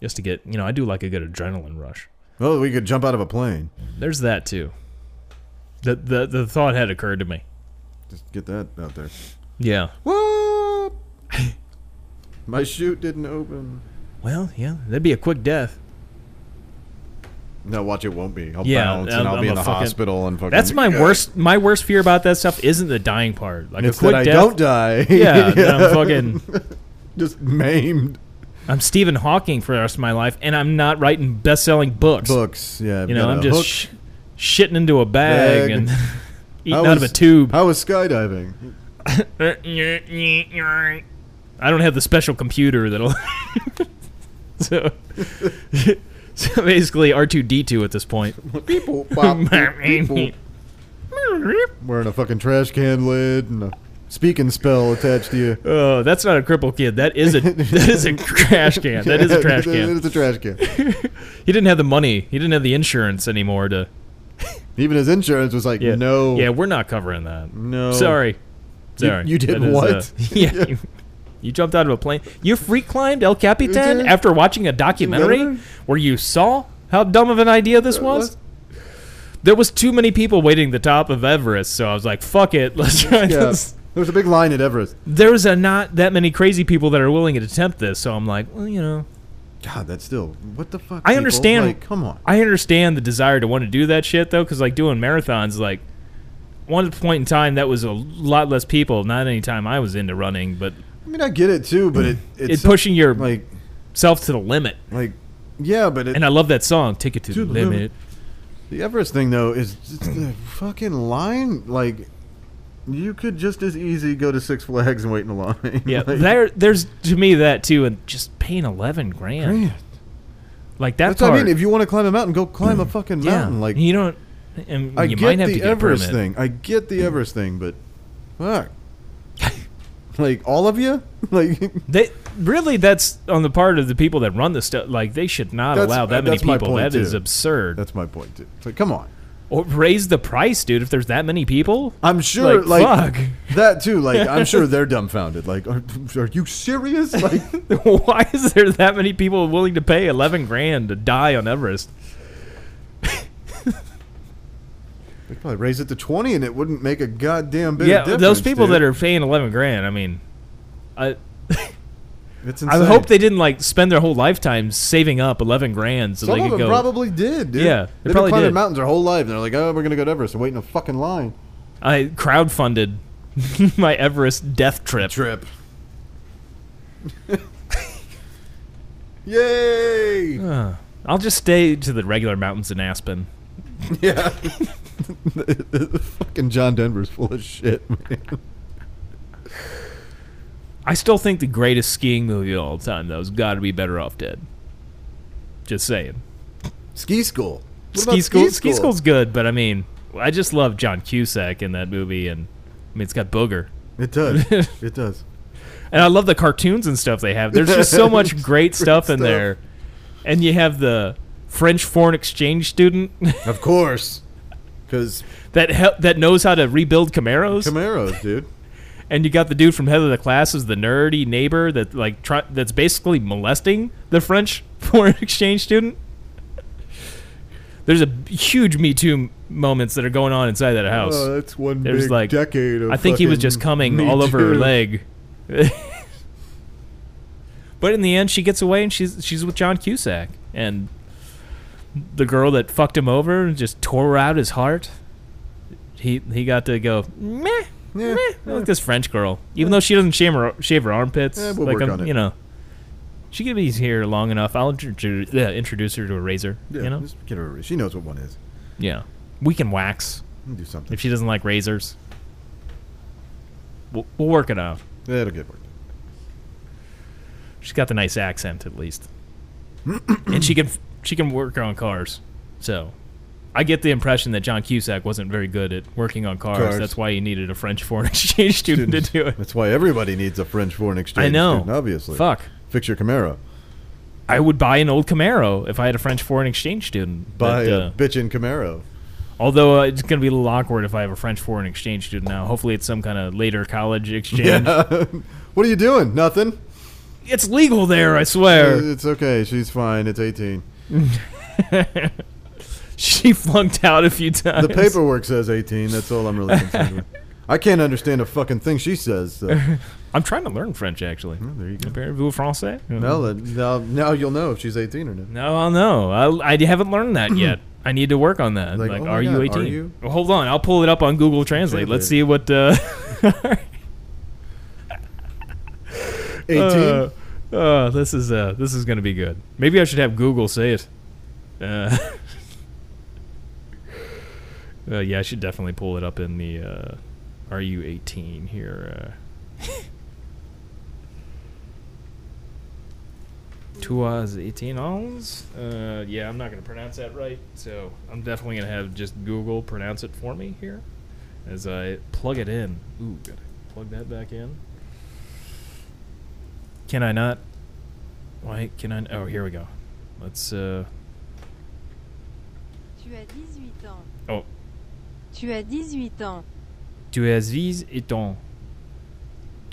just to get you know I do like a good adrenaline rush. Oh, we could jump out of a plane. There's that too. The the the thought had occurred to me. Just get that out there. Yeah. What? My chute didn't open. Well, yeah, that'd be a quick death. No, watch it won't be. I'll Yeah, bounce I'm- and I'll be I'm in a the fucking- hospital and fucking. That's my worst. My worst fear about that stuff isn't the dying part. Like It's a quick that I death. don't die. Yeah, that I'm fucking. just maimed. I'm Stephen Hawking for the rest of my life, and I'm not writing best-selling books. Books. Yeah, I've You know, got I'm a just hook. sh- shitting into a bag, Bag. and I eating out of a was- tube. I was skydiving. I don't have the special computer that'll. so, so basically, R two D two at this point. People, pop, people. Wearing a fucking trash can lid and a speaking spell attached to you. Oh, that's not a cripple kid. That is a that is a trash can. That is a trash can. it's a trash can. He didn't have the money. He didn't have the insurance anymore to. Even his insurance was like, Yeah. no. Yeah, we're not covering that. No. Sorry. Sorry. you did That is, what? uh, yeah. You, you jumped out of a plane. You free climbed El Capitan Is it- after watching a documentary Really? where you saw how dumb of an idea this was. There was too many people waiting at the top of Everest, so I was like, "Fuck it, let's try Yeah. this." There was a big line at Everest. There's a not that many crazy people that are willing to attempt this, so I'm like, well, you know, God, that's still what the fuck. I people? understand. Like, come on. I understand the desire to want to do that shit though, because like doing marathons, like one point in time that was a lot less people. Not any time I was into running, but I mean, I get it too, but it it's It pushing your- like self to the limit. like yeah, but it, And I love that song, "Take It to, To the, the Limit." Limit. the Everest thing though is just the fucking line. Like you could just as easy go to Six Flags and wait in a line. Yeah, like, there, there's to me that too, and just paying eleven grand, man. like that That's part. what I mean. If you want to climb a mountain, go climb a fucking yeah, mountain. Like you don't. And I you get might have the to get a Everest permit. thing. I get the Everest thing, but fuck. like all of you, like They really that's on the part of the people that run the stuff. Like they should not That's- allow that uh, many that's my people. That point, is too. absurd. that's my point. Too. It's like come on. or raise the price, dude. If there's that many people, I'm sure, Like, like, fuck. that too. Like, I'm sure they're dumbfounded. Like, are, are you serious? Like, why is there that many people willing to pay eleven grand to die on Everest? they probably raise it to twenty, and it wouldn't make a goddamn bit. yeah, of difference, those people dude. that are paying eleven grand. I mean, I. It's I insane. hope they didn't like spend their whole lifetime saving up eleven grand so Some they of could them go. probably did. Dude. Yeah, they they've probably been climbing did. mountains their whole life, and they're like, "Oh, we're gonna go to Everest and wait in a fucking line." I crowdfunded my Everest death trip. Trip. Yay! I'll just stay to the regular mountains in Aspen. Yeah. fucking John Denver's full of shit, man. I still think the greatest skiing movie of all time though has got to be Better Off Dead. Just saying. Ski school. What ski about school, ski school's good, but I mean, I just love John Cusack in that movie, and I mean, it's got booger, It does. It does. and I love the cartoons and stuff they have. There's just so much great stuff in stuff. there, and you have the French foreign exchange student Of course. Because that hel- that knows how to rebuild Camaros, Camaros, dude. and you got the dude from Head of the Class is the nerdy neighbor that like try- that's basically molesting the French foreign exchange student. There's a huge Me Too moments that are going on inside that house. Oh, that's one There's big like decade of I think he was just fucking coming Me all over her Too. leg. but in the end, she gets away and she's she's with John Cusack and the girl that fucked him over and just tore out his heart. He he got to go meh. Yeah, meh," like this French girl, even though she doesn't shave her shave her armpits, Eh, we'll like work I'm- on it. you know, she could be here long enough. I'll introduce, yeah, introduce her to a razor. Yeah, you know, just get her. She knows what one is. yeah, we can wax We can Do something. if she doesn't like razors. We'll, we'll work it out. That'll get worked. She's got the nice accent at least, and she can she can work on cars. So, I get the impression that John Cusack wasn't very good at working on cars. Cars. That's why he needed a French foreign exchange student to do it. That's why everybody needs a French foreign exchange. I know. student, obviously. Fuck. Fix your Camaro. I would buy an old Camaro if I had a French foreign exchange student. Buy but, a uh, bitchin' Camaro. although uh, it's going to be a little awkward if I have a French foreign exchange student now. Hopefully, it's some kind of later college exchange. what are you doing? Nothing. Uh, It's legal there, I swear. It's okay. She's fine. It's 18. She flunked out a few times. The paperwork says 18. That's all I'm really concerned with. I can't understand a fucking thing she says. So. I'm trying to learn French, actually. there you go. Parlez-vous français? Now, that- now, now you'll know if she's 18 or not. No, I'll know. I, I haven't learned that yet. I need to work on that. Like, Like, oh my are you God, are 18? you? Well, hold on. I'll pull it up on Google Translate. Let's see what. Uh, 18? uh, uh, this is uh, this is gonna be good. Maybe I should have Google say it. Uh, uh, yeah, I should definitely pull it up in the. Uh, are you 18 here? Uh, Tuas 18 ons? Uh, yeah, I'm not going to pronounce that right, so I'm definitely going to have just Google pronounce it for me here as I plug it in. Ooh, gotta plug that back in. Can I not? Why can I? Oh, here we go. Let's. Uh, Tu as 18 ans. oh, Tu as 18 ans. tu as vis et ton.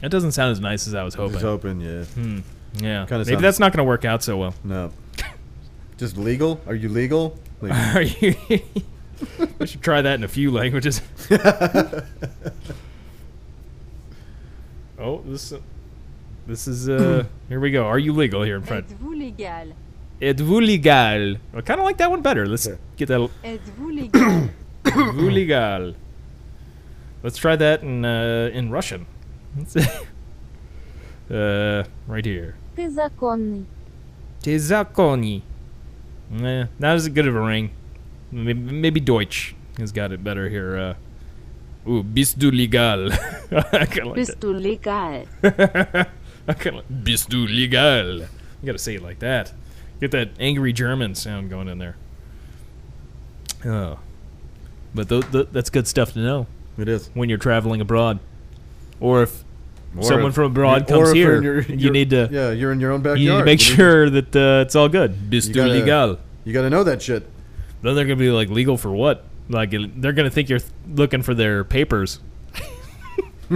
That doesn't sound as nice as I was hoping. Just hoping, yeah. Hmm. Yeah. Kinda Maybe sounds- that's not going to work out so well. No. Just legal? Are you legal? Legal. Are you? we should try that in a few languages. oh, this. This is uh. here we go. Are you legal here in front? Êtes-vous légal Êtes-vous légal? I kind of like that one better. Let's get that. Êtes-vous légal Êtes-vous légal? Let's try that in uh, in Russian. Let's see. uh, right here. Ты законный. Ты законный. Nah, not as good of a ring. Maybe, maybe Deutsch has got it better here. Uh, ooh, bist du legal? I kind of like Bist that. du legal? I kind of like, bist du legal? You gotta say it like that. Get that angry German sound going in there. Oh, but th- th- that's good stuff to know It is. when you're traveling abroad, or if Or someone if- from abroad or comes if here, you're in your- you your- need to Yeah, you're in your own backyard. you need to make You need sure that uh, it's all good. Bist You du gotta- legal? You got to know that shit. Then they're gonna be like, legal for what? Like it- they're gonna think you're th- looking for their papers.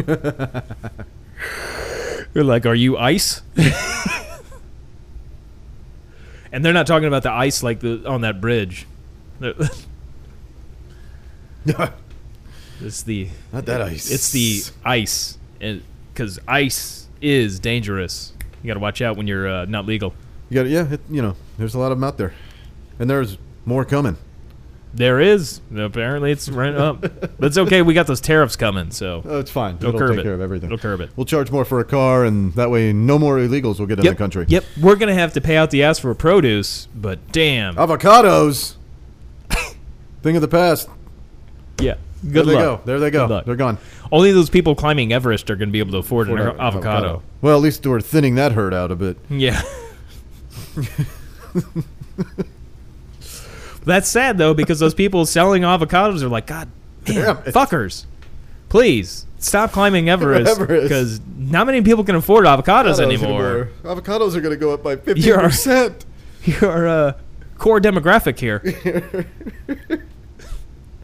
they're like, are you ice? and they're not talking about the ice like the on that bridge. They're- it's the Not that ice. It's the ice, because ice is dangerous. You gotta watch out when you're uh, not legal. You got to yeah, it, you know, there's a lot of them out there. And there's more coming. There is. Apparently, it's rent up. But it's okay. We got those tariffs coming, so Oh, it's fine. They'll It'll curb take it. care of everything. They'll curb it. We'll charge more for a car, and that way no more illegals will get in the country. Yep. We're gonna have to pay out the ass for produce, but damn. Oh. Avocados! Thing of the past. yeah. Good luck. there they go. There they go. Good luck. They're gone. Only those people climbing Everest are gonna be able to afford an avocado. Well, at least we're thinning that herd out a bit. Yeah. That's sad though, because those people selling avocados are like, God, man, Damn it." fuckers, please stop climbing Everest Everest. because not many people can afford avocados, anymore. Avocados are going to go up by You're- 50%. Your uh, core demographic here.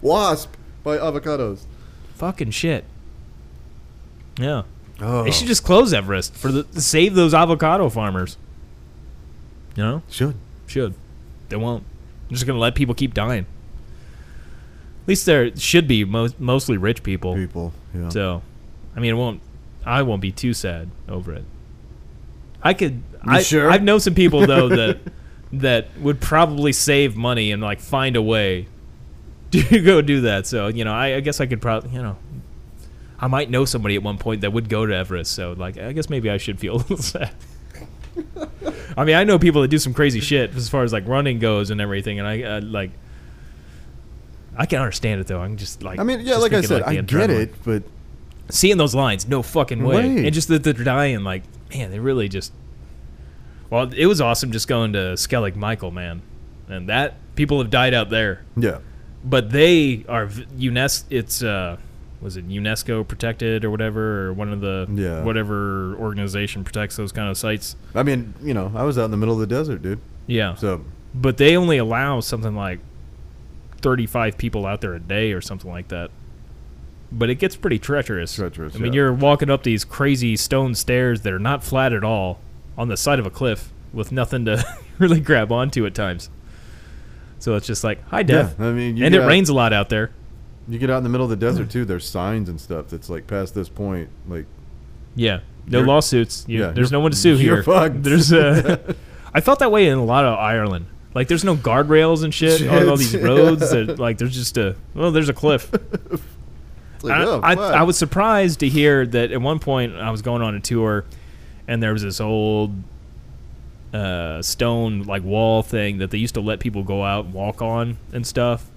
Wasp by avocados. Fucking shit. Yeah. Oh. They should just close Everest for the save those avocado farmers. You know? Should. Should. They won't. They're just gonna let people keep dying. At least there should be mo- mostly rich people. People. Yeah. So, I mean, it won't. I won't be too sad over it. I could. I sure? I've known some people though that that would probably save money and like find a way to go do that. So you know, I, I guess I could probably you know. I might know somebody at one point that would go to Everest, so like I guess maybe I should feel a little sad. I mean, I know people that do some crazy shit as far as like running goes and everything, and I uh, like I can understand it though. I'm just like I mean, yeah, just like I thinking, said, I the get adrenaline it, but seeing those lines, no fucking way. Way. And just that they're dying, like, man, they really just. Well, it was awesome just going to Skellig Michael, man. And that, people have died out there. yeah. But they are UNESCO, it's, uh, was it UNESCO protected or whatever, or one of the, Yeah. whatever organization protects those kind of sites. I mean, you know, I was out in the middle of the desert, dude. Yeah. So But they only allow something like 35 people out there a day or something like that. But it gets pretty treacherous. Treacherous, I mean, yeah. you're walking up these crazy stone stairs that are not flat at all. on the side of a cliff with nothing to really grab onto at times. So it's just like, hi, Death. Yeah, I mean, and get it out- rains a lot out there. You get out in the middle of the desert too. There's signs and stuff that's like past this point, like Yeah. No You're- lawsuits. You, yeah, there's you're- no one to sue here. you're fucked. There's uh, I felt that way in a lot of Ireland. Like there's no guardrails and shit on all these Shit, roads. yeah. That, like there's just a well, there's a cliff. like, I, oh, I, fuck. I was surprised to hear that at one point I was going on a tour, and there was this old uh, stone like wall thing that they used to let people go out and walk on and stuff.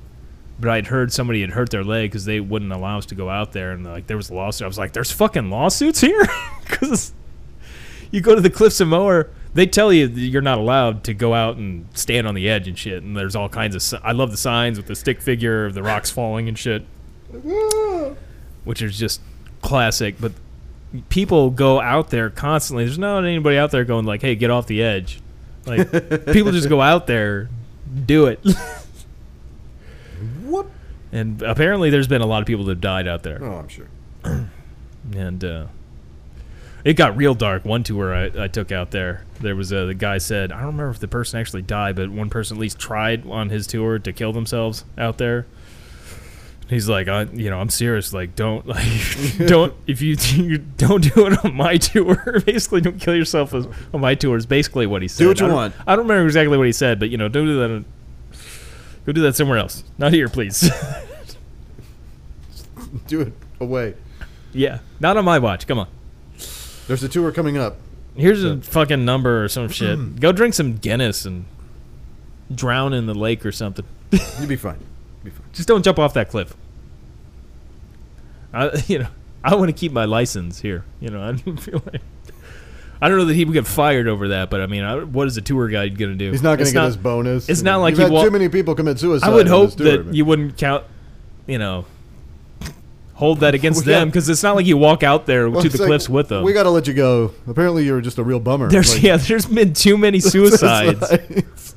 But I'd heard somebody had hurt their leg because they wouldn't allow us to go out there, and like there was a lawsuit. I was like, "There's fucking lawsuits here," because you go to the Cliffs of Moher, they tell you that you're not allowed to go out and stand on the edge and shit. And there's all kinds of. si- I love the signs with the stick figure of the rocks falling and shit which is just classic. But people go out there constantly. There's not anybody out there going like, "Hey, get off the edge." Like people just go out there, do it. Whoop. And apparently, there's been a lot of people that have died out there. Oh, I'm sure. And uh, it got real dark. One tour I, I took out there, there was uh, the guy said, I don't remember if the person actually died, but one person at least tried on his tour to kill themselves out there. He's like, I, you know, I'm serious. Like, don't, like, don't, if you, you don't do it on my tour, basically, don't kill yourself as- on my tour. Is basically what he said. what you I don't- want. I don't remember exactly what he said, but you know, don't do that. On, go do that somewhere else. Not here, please. do it away. yeah, not on my watch. Come on. There's a tour coming up. Here's a fucking number or some shit. Go drink some Guinness and drown in the lake or something. You'll be fine. Be fine. Just don't jump off that cliff. I, you know, I want to keep my license here. You know, I don't feel like. I don't know that he would get fired over that, but I mean, I, what is a tour guide going to do? He's not going It's to get his bonus. It's You not know, like you've he had wa- too many people commit suicide. I would on hope this tour, that man. you wouldn't count, you know, hold that against Well, yeah. them because it's not like you walk out there Well, to it's the like, cliffs with them. We got to let you go. Apparently, you're just a real bummer. There's Like, yeah, there's been too many suicides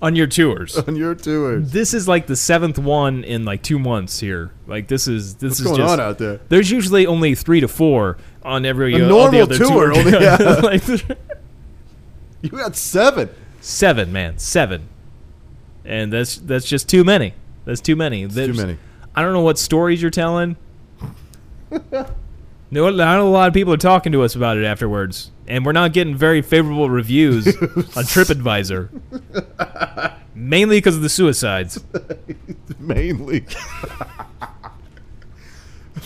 on your tours. on your tours. This is like the seventh one in like two months here. Like this is this What's is going just, on out there? There's usually only three to four on every A uh, all the normal other tour, tour. only- yeah. Like, You got seven. seven, man, seven, and that's that's just too many. That's too many. Too There's- many. I don't know what stories you're telling. No, I know a lot of people are talking to us about it afterwards, and we're not getting very favorable reviews on TripAdvisor, mainly because of the suicides. Mainly.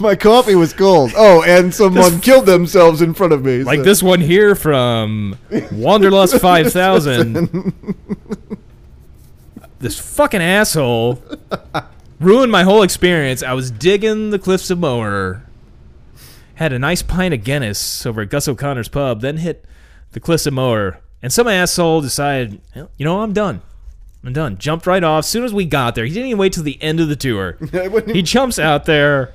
My coffee was cold. Oh, and someone killed themselves in front of me. Like so- this one here from Wanderlust Five Thousand. this fucking asshole ruined my whole experience. I was digging the cliffs of Moher, had a nice pint of Guinness over at Gus O'Connor's pub, then hit the cliffs of Moher, and some asshole decided, "Hell, you know, I'm done. I'm done. Jumped right off. As soon as we got there, he didn't even wait till the end of the tour. I wouldn't he even- jumps out there.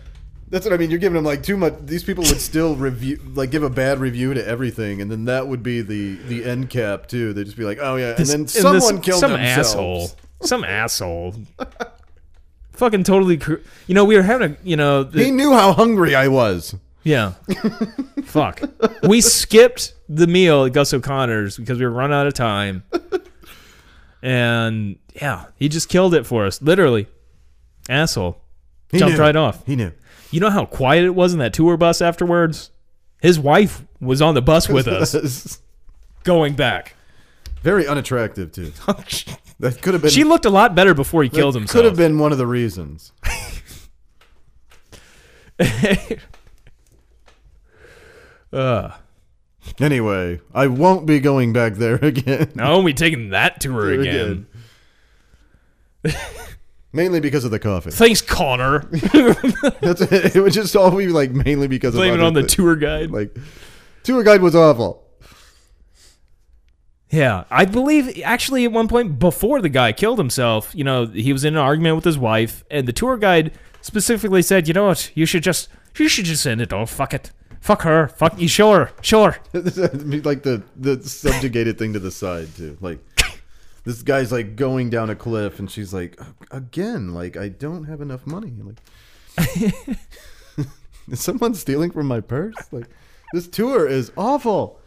That's what I mean. You're giving them like too much. These people would still review, like, give a bad review to everything, and then that would be the the end cap too. They'd just be like, oh yeah, This- and then this- someone killed some themselves. asshole. Some asshole. Fucking totally. Cr- you know, we were having a. You know, the- He knew how hungry I was. yeah. Fuck. We skipped the meal at Gus O'Connor's because we were running out of time. And yeah, he just killed it for us. Literally, asshole. He Jumped knew. right off. He knew. You know how quiet it was in that tour bus afterwards. His wife was on the bus with us going back. Very unattractive too. That could have been. she looked a lot better before he Oh, that killed himself. Could have been one of the reasons. Ugh. Anyway, I won't be going back there again. No, we taking that tour Tour again. again. Mainly because of the coffee. Thanks, Connor. That's it. It was just all we like mainly because Blame of it on the other thi- tour guide. Like tour guide was awful. yeah, I believe actually at one point before the guy killed himself, you know, he was in an argument with his wife, and the tour guide specifically said, "You know what? You should just, you should just end it all. Fuck it, fuck her, fuck you, sure, sure." like the the subjugated thing to the side too. Like this guy's like going down a cliff, and she's like, again, like I don't have enough money. Like is someone stealing from my purse? Like this tour is awful.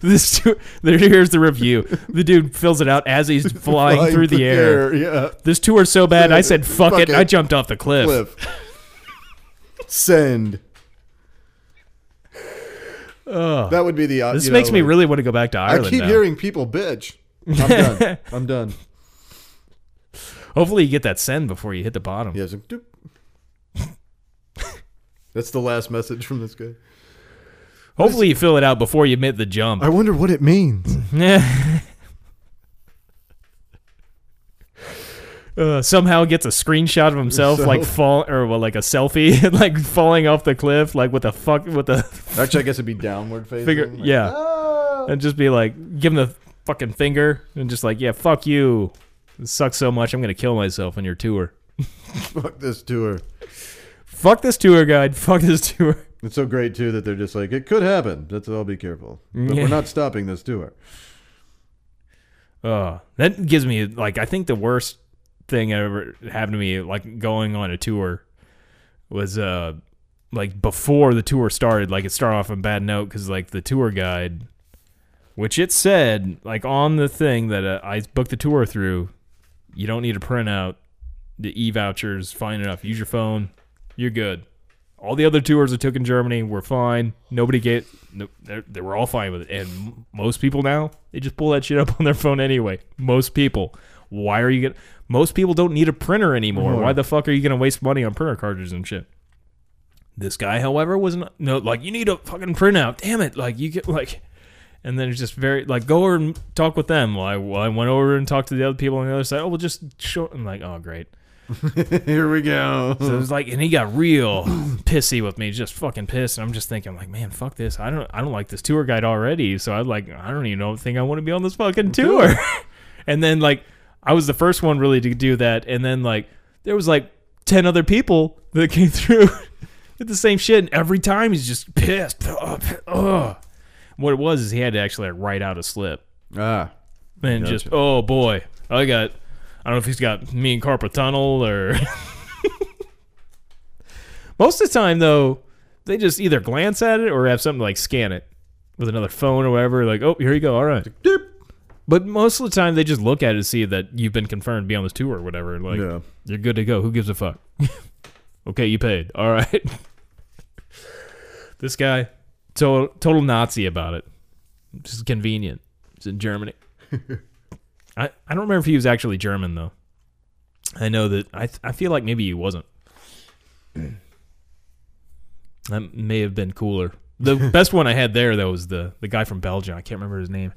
This du- there here's the review. The dude fills it out as he's flying, Flying through the air. yeah. This tour's so bad. I said, "Fuck, Fuck it. it. I jumped off the cliff. Send. Ugh. That would be the. uh, This you makes know, me like- really want to go back to Ireland. I keep now. hearing people bitch. I'm done. I'm done. Hopefully, you get that send before you hit the bottom. Yes. That's the last message from this guy. Hopefully, you fill it out before you hit the jump. I wonder what it means. Uh, somehow gets a screenshot of himself, So- like fall or well, like a selfie, and, like falling off the cliff, like with a fuck with a Actually, I guess it'd be downward facing. figure, like, yeah, and just be like, give him the fucking finger, and just like, yeah, fuck you, this sucks so much, I'm gonna kill myself on your tour. Fuck this tour. Fuck this tour guide. Fuck this tour. It's so great too that they're just like it could happen. That's all. Be careful. But Yeah. we're not stopping this tour. Uh, that gives me like I think the worst thing that ever happened to me like going on a tour was uh like before the tour started like it started off on a bad note because like the tour guide which it said like on the thing that uh, I booked the tour through you don't need to print out the e vouchers fine enough use your phone you're good all the other tours I took in Germany were fine nobody get no, they're- they were all fine with it and m- most people now they just pull that shit up on their phone anyway most people why are you gonna most people don't need a printer anymore Right. why the fuck are you gonna waste money on printer cartridges and shit this guy, however, was not no like you need a fucking printout. Damn it! Like you get like, and then it's just very like go over and talk with them. Well, I, well, I went over and talked to the other people on the other side. Oh, well, just show. I'm like, oh great. Here we go. So it was like, and he got real pissy with me, just fucking pissed. And I'm just thinking, like, man, fuck this. I don't, I don't like this tour guide already. So I like, I don't even know, think I want to be on this fucking tour. and then like, I was the first one really to do that. And then like, there was like ten other people that came through, did the same shit. And every time he's just pissed. Ugh, ugh. What it was is he had to actually like, write out a slip. Ah. And Gotcha. just, oh boy, I got, I don't know if he's got me and carpal tunnel or. Most of the time, though, they just either glance at it or have something like scan it with another phone or whatever. Like, oh, here you go. All right. But most of the time, they just look at it to see that you've been confirmed to be on this tour or whatever. Like, Yeah. you're good to go. Who gives a fuck? okay, you paid. All right. this guy, total, total Nazi about it. Just convenient. It's in Germany. I, I don't remember if he was actually German, though. I know that I, th- I feel like maybe he wasn't. That may have been cooler. The best one I had there though was the the guy from Belgium. I can't remember his name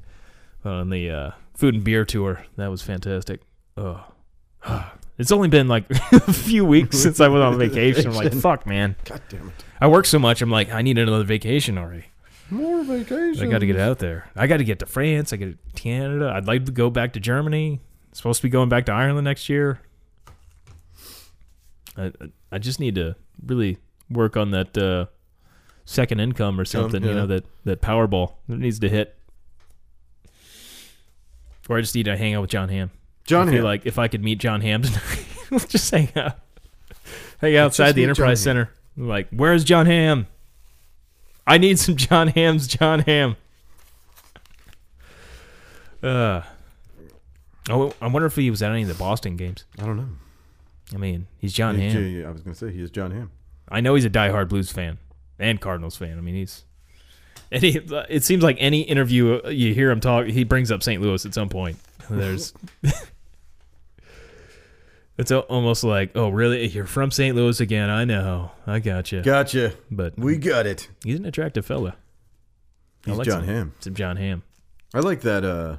on the uh, food and beer tour. That was fantastic. Oh. It's only been like a few weeks since I went on vacation. I'm like, Vacation. fuck, man. God damn it. I work so much. I'm like, I need another vacation already. More vacation. I got to get out there. I got to get to France. I got to Canada. I'd like to go back to Germany. supposed to be going back to Ireland next year. I I just need to really work on that uh, second income or something. You yeah. know that that Powerball that needs to hit. Or I just need to hang out with John Hamm. John I feel Hamm. like if I could meet John Hamm tonight, we'll just hang out, hang just outside the meet Enterprise John Center. Like, where's John Hamm? I need some John Ham's John Ham. Uh, oh, I wonder if he was at any of the Boston games. I don't know. I mean, he's John Yeah, Ham. yeah, yeah, I was gonna say he is John Ham. I know he's a diehard Blues fan and Cardinals fan. I mean, he's any. It seems like any interview uh, you hear him talk, he brings up St. Louis at some point. There's. It's al- almost like, oh, really? You're from St. Louis again? I know. I gotcha. Gotcha. But- we got it. He's an attractive fella. I He's like John some- Hamm. Some John Ham. I like that uh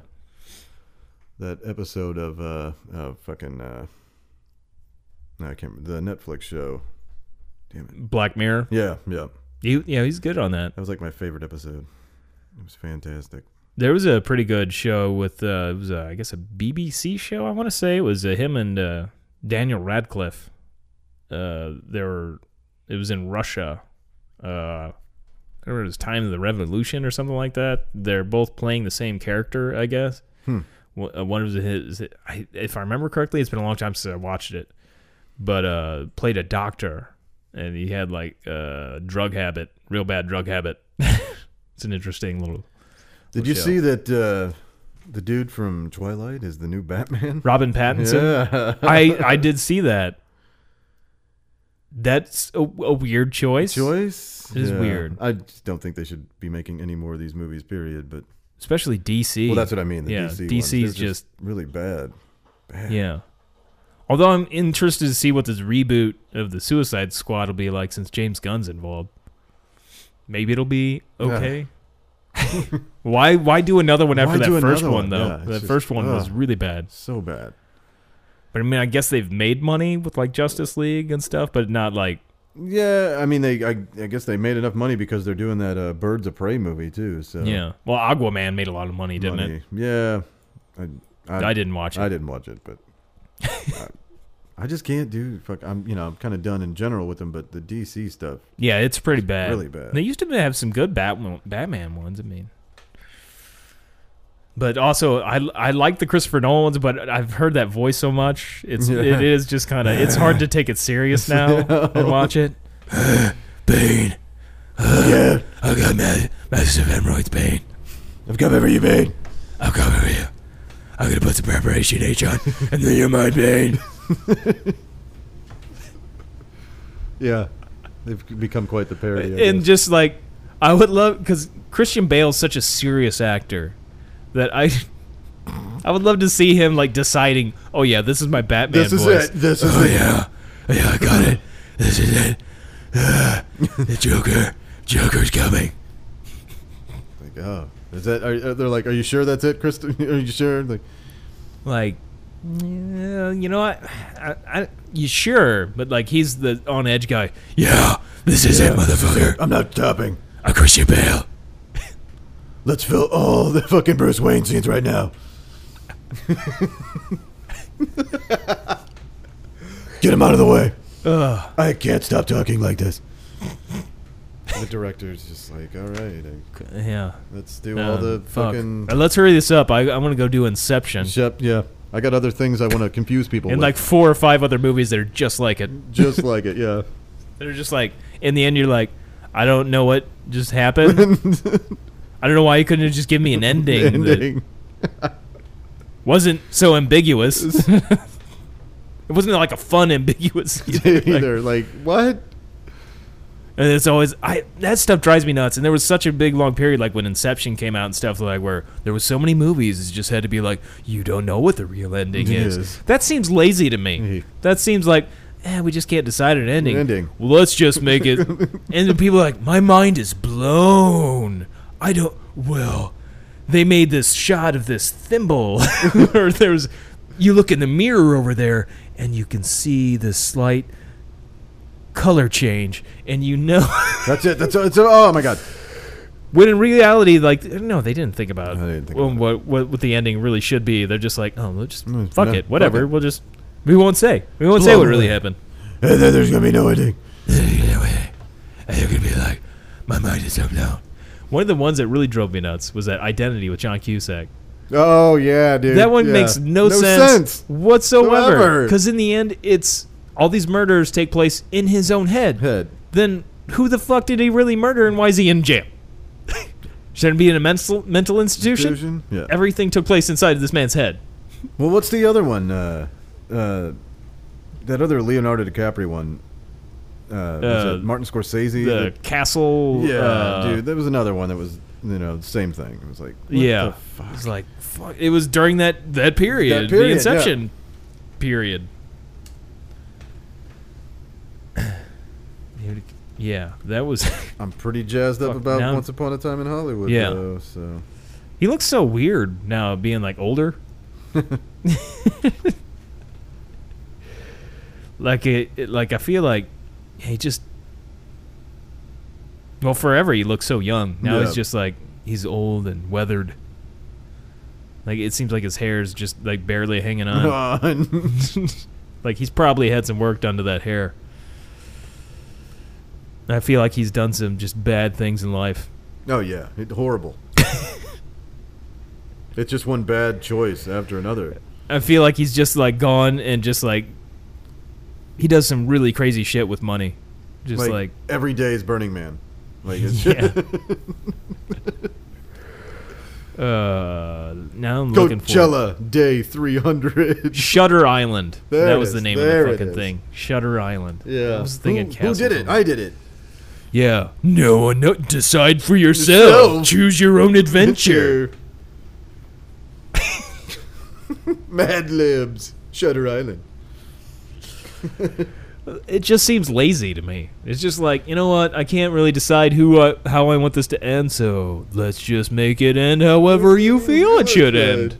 that episode of uh oh fucking uh no, I can't remember the Netflix show. Damn it. Black Mirror. Yeah, yeah. He, yeah, he's good on that. That was like my favorite episode. It was fantastic. There was a pretty good show with uh, it was uh, I guess a BBC show. I want to say it was uh, him and uh, Daniel Radcliffe. Uh, they were it was in Russia. Uh, I remember it was Time of the Revolution or something like that. They're both playing the same character, I guess. Hmm. Wh- uh, One of his, I, if I remember correctly, it's been a long time since I watched it, but uh, played a doctor and he had like a drug habit, real bad drug habit. it's an interesting little. Did little you show. see that uh, the dude from Twilight is the new Batman? Robin Pattinson? Yeah. I I did see that. That's a, a weird choice. Choice It is Yeah. weird, I just don't think they should be making any more of these movies. Period. But especially DC. well, that's what I mean. The yeah, DC ones, DC's they're just, really bad. Bad. yeah. Although I'm interested to see what this reboot of the Suicide Squad will be like, since James Gunn's involved. Maybe it'll be okay. why why do another one after Why do that first another one, one? though? Yeah, it's that just- first one was ugh. really bad. So bad. But I mean, I guess they've made money with like Justice League and stuff, but not like Yeah, I mean, they. I, I guess they made enough money because they're doing that uh, Birds of Prey movie too. So yeah. Well, Aquaman made a lot of money, didn't it? Yeah, I, I didn't watch it. I didn't watch it, but I, I just can't do. Fuck, I'm you know I'm kind of done in general with them, but the DC stuff. Yeah, it's pretty bad. really bad. They used to have some good Batman, Batman ones. I mean, but also I I like the Christopher Nolan ones, but I've heard that voice so much. It's Yeah. it is just kind of it's hard to take it serious now and watch it. Pain. yeah. I've got mad, massive hemorrhoids pain. I've got over you, pain. I've got over you. I'm going to put some preparation H on, and then you're my pain. Yeah, they've become quite the parody. I and guess. just like I would love because Christian Bale's such a serious actor that I. I would love to see him like deciding. Oh yeah, this is my Batman. This is voice." it. This is Oh, it. yeah. Yeah, I got it. This is it. Ah, the Joker. Joker's coming. like, oh, is that? Are, are, they're like, are you sure that's it, Kristen? Are you sure? Like, like yeah, you know what I, I, you sure but like he's the on edge guy Yeah, this is Yeah. it, motherfucker. I'm not stopping. I'm Christian Bale. let's fill all the fucking Bruce Wayne scenes right now. Get him out of the way. Ugh. I can't stop talking like this. the director's just like, all right, I- yeah let's do No, all the fuck. fucking. Uh, let's hurry this up i, I want to go do inception Shep, yeah, I got other things I want to confuse people. and with. like four or five other movies that are just like it just like it, yeah. they're just like in the end you're like i don't know what just happened i don't know why you couldn't have just given me an ending, Ending. that wasn't so ambiguous it wasn't like a fun ambiguous either. Like, Either like what? And it's always I that stuff drives me nuts. And there was such a big long period, like when Inception came out and stuff, like where there was so many movies, it just had to be like you don't know what the real ending is. Yes. That seems lazy to me. That seems like eh, we just can't decide an ending. ending. Well, let's just make it. and then people are like, my mind is blown. I don't. Well, they made this shot of this thimble, or there's. You look in the mirror over there, and you can see the slight color change, and you know. That's it. That's it's. Oh my god. When in reality, like no, they didn't think about think well, what, what what the ending really should be. They're just like, oh, let's just Mm, fuck no, it, whatever. fuck it. We'll just we won't say we won't say Blow what it really away. happened. And then there's gonna be no ending. And you're going to be like, my mind is up now. One of the ones that really drove me nuts was that Identity with John Cusack. Oh yeah, dude. that one yeah. makes no, sense. whatsoever. However. Because in the end, it's all these murders take place in his own head. Head. Then who the fuck did he really murder, and why is he in jail? Shouldn't he be in a mental mental institution. Institution? Yeah. Everything took place inside of this man's head. Well, what's the other one? Uh, uh, that other Leonardo DiCaprio one. Uh, was Uh, it Martin Scorsese. the castle. yeah, uh, dude. That was another one that was you know the same thing. It was like what yeah, the fuck? it was like fuck. It was during that that period, That period, the yeah. Inception period. Yeah, that was. I'm pretty jazzed up Fuck, about now- Once Upon a Time in Hollywood. Yeah. though, so he looks so weird now, being like older. like it, it, like I feel like he just. Well, forever he looked so young. Now Yeah. he's just like he's old and weathered. Like it seems like his hair is just like barely hanging on. like he's probably had some work done to that hair. And I feel like he's done some just bad things in life. oh yeah, it, horrible. it's just one bad choice after another. I feel like he's just like gone and just like he does some really crazy shit with money. Just like- every day is Burning Man. Like it's Yeah. Uh, now I'm looking for Coachella Day 300. Shutter Island. There that it was the is. name There of it the fucking is. thing. Shutter Island. Yeah. I was thinking who, who Castle did it? I did it. Yeah. No one. No, decide for yourself. Yourself. Choose your own adventure. Mad Libs. Shutter Island. it just seems lazy to me. It's just like you know what? I can't really decide who I, how I want this to end. So let's just make it end however Oh, you feel it should end.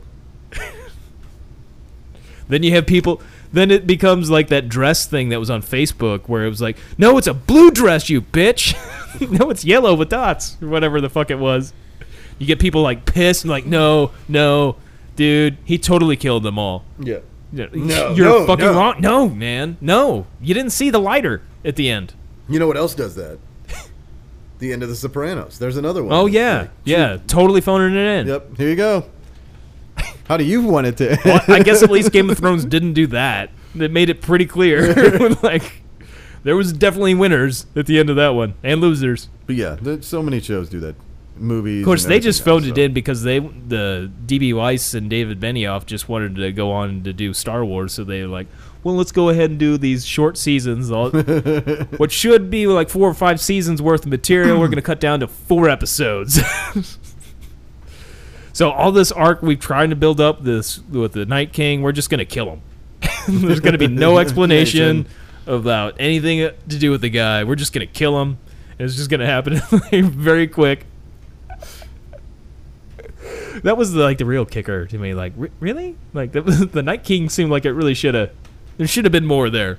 then you have people. Then it becomes like that dress thing that was on Facebook where it was like, no, it's a blue dress, you bitch. no, it's yellow with dots or whatever the fuck it was. You get people like pissed and like, no, no, dude, he totally killed them all. Yeah. Yeah, No, you're no, fucking no. wrong. No, man, no. You didn't see the lighter at the end. You know what else does that? the end of The Sopranos. There's another one. Oh yeah, yeah. Totally phoning it in. Yep. Here you go. How do you want it to? End? Well, I guess at least Game of Thrones didn't do that. They made it pretty clear. like there was definitely winners at the end of that one and losers. But yeah, there's so many shows do that. Movies. Of course, and they just everything phoned else, it in because they the DB Weiss and David Benioff just wanted to go on to do Star Wars, so they were like, well, let's go ahead and do these short seasons, all, what should be like four or five seasons worth of material. we're going to cut down to four episodes. so all this arc we've tried to build up this with the Night King, we're just going to kill him. There's going to be no explanation about anything to do with the guy. We're just going to kill him. It's just going to happen like, very quick that was like the real kicker to me. Like, re- really? Like that was, the Night King seemed like it really should have. There should have been more there.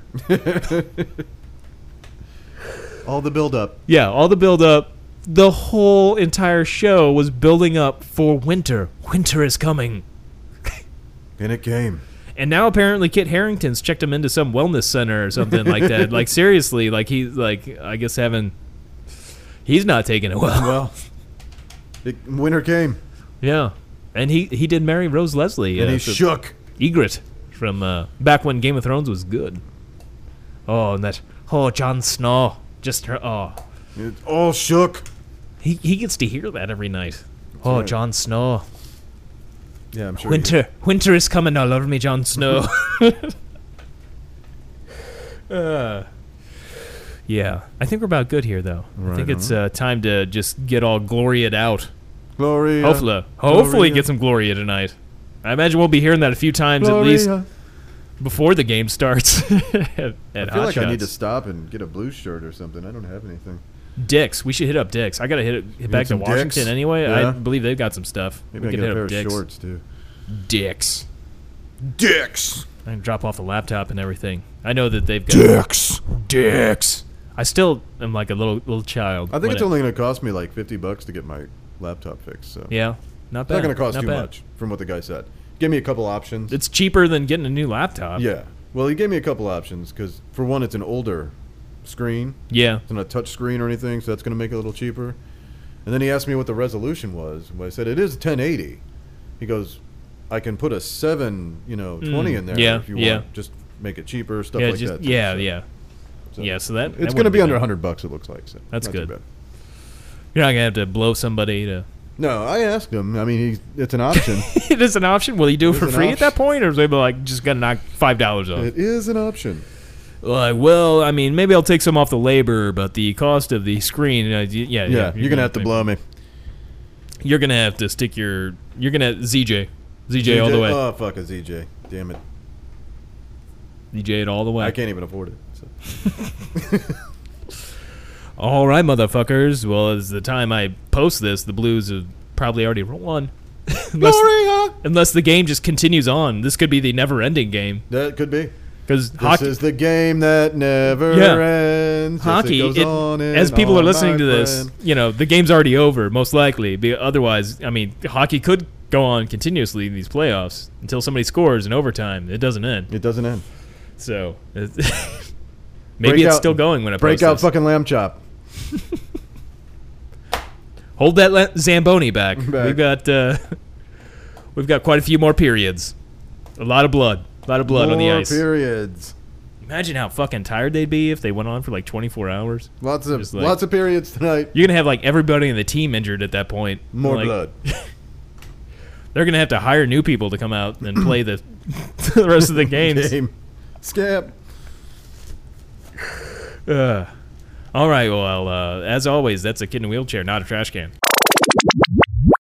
All the build up. yeah, all the build up, the whole entire show was building up for winter. Winter is coming. And it came. And now apparently Kit Harrington's checked him into some wellness center or something like that. Like seriously, like he's like I guess having he's not taking it well. Well, it, winter came. Yeah, and he he did marry Rose Leslie. And uh, he so- shook. Egret from uh, back when Game of Thrones was good. Oh, and that oh Jon Snow, just her oh, it all shook. He he gets to hear that every night. oh, right. Jon Snow, Yeah, I'm sure. he- winter winter is coming all over me, Jon Snow. uh, yeah, I think we're about good here though. I think Right it's uh, time to just get all gloried out. Gloria. Hopefully, hopefully Gloria. get some Gloria tonight. I imagine we'll be hearing that a few times at least Gloria. before the game starts. at, at I feel Hot like I need to Ah, Shots. stop and get a blue shirt or something. I don't have anything. Dicks. We should hit up Dicks. I gotta hit, hit back need to some Washington Dicks? anyway. I Yeah. believe they've got some stuff. Maybe I we can can get a hit pair up of Dicks. shorts too. Dicks. Dicks. I can drop off the laptop and everything. I know that they've got Dicks. Dicks. I still am like a little little child. I when think it's it- only going to cost me like fifty bucks to get my laptop fixed. So Yeah, not It's not bad, going to cost not too bad. much from what the guy said. Give me a couple options. it's cheaper than getting a new laptop. yeah. Well, he gave me a couple options because for one, it's an older screen. Yeah. It's not a touch screen or anything, so that's going to make it a little cheaper. And then he asked me what the resolution was. Well, I said it is 1080. He goes, I can put a seven, you know, Mm, 20 in there yeah, if you yeah. want. Just make it cheaper, stuff yeah, like just, that. yeah, So yeah, yeah. So that that It's going to wouldn't be under bad. 100 bucks. It looks like. So That's not too good. bad. You're not gonna have to blow somebody to. No, I asked him. I mean, he, it's an option. it is an option. Will you do it It for is an free at that point, or is they be like just gonna knock five dollars off? it is an option. Like, well, I mean, maybe I'll take some off the labor, but the cost of the screen, uh, y- yeah, yeah, Yeah, you're, going to have to pay- blow me. You're gonna have to stick your, you're gonna ZJ, ZJ, all the way, Oh, fuck a ZJ. Damn it. ZJ it all the way. I can't even afford it. So. All right, motherfuckers. Well, as the time I post this, the Blues have probably already won. unless, Gloria! unless the game just continues on, this could be the never-ending game That could be. because This hockey. is the game that never Yeah. ends. Yes, it hockey goes it- on and as people are on, listening my to this friend. you know the game's already over most likely be, otherwise i mean hockey could go on continuously in these playoffs until somebody scores in overtime it doesn't end It doesn't end. so it- maybe Break it's out- still going when i break post out this. fucking lamb chop. hold that la- zamboni back. Back. we've got uh, we've got quite a few more periods a lot of blood a lot of blood on the More ice Periods. Imagine how fucking tired they'd be if they went on for like 24 hours. Lots of Just like- lots of periods tonight. You're gonna have like everybody in the team injured at that point. More Like, blood. They're gonna have to hire new people to come out and play the the rest of the games. Game. Scab. Uh, all right. Well, uh, as always, that's a kid in a wheelchair, not a trash can.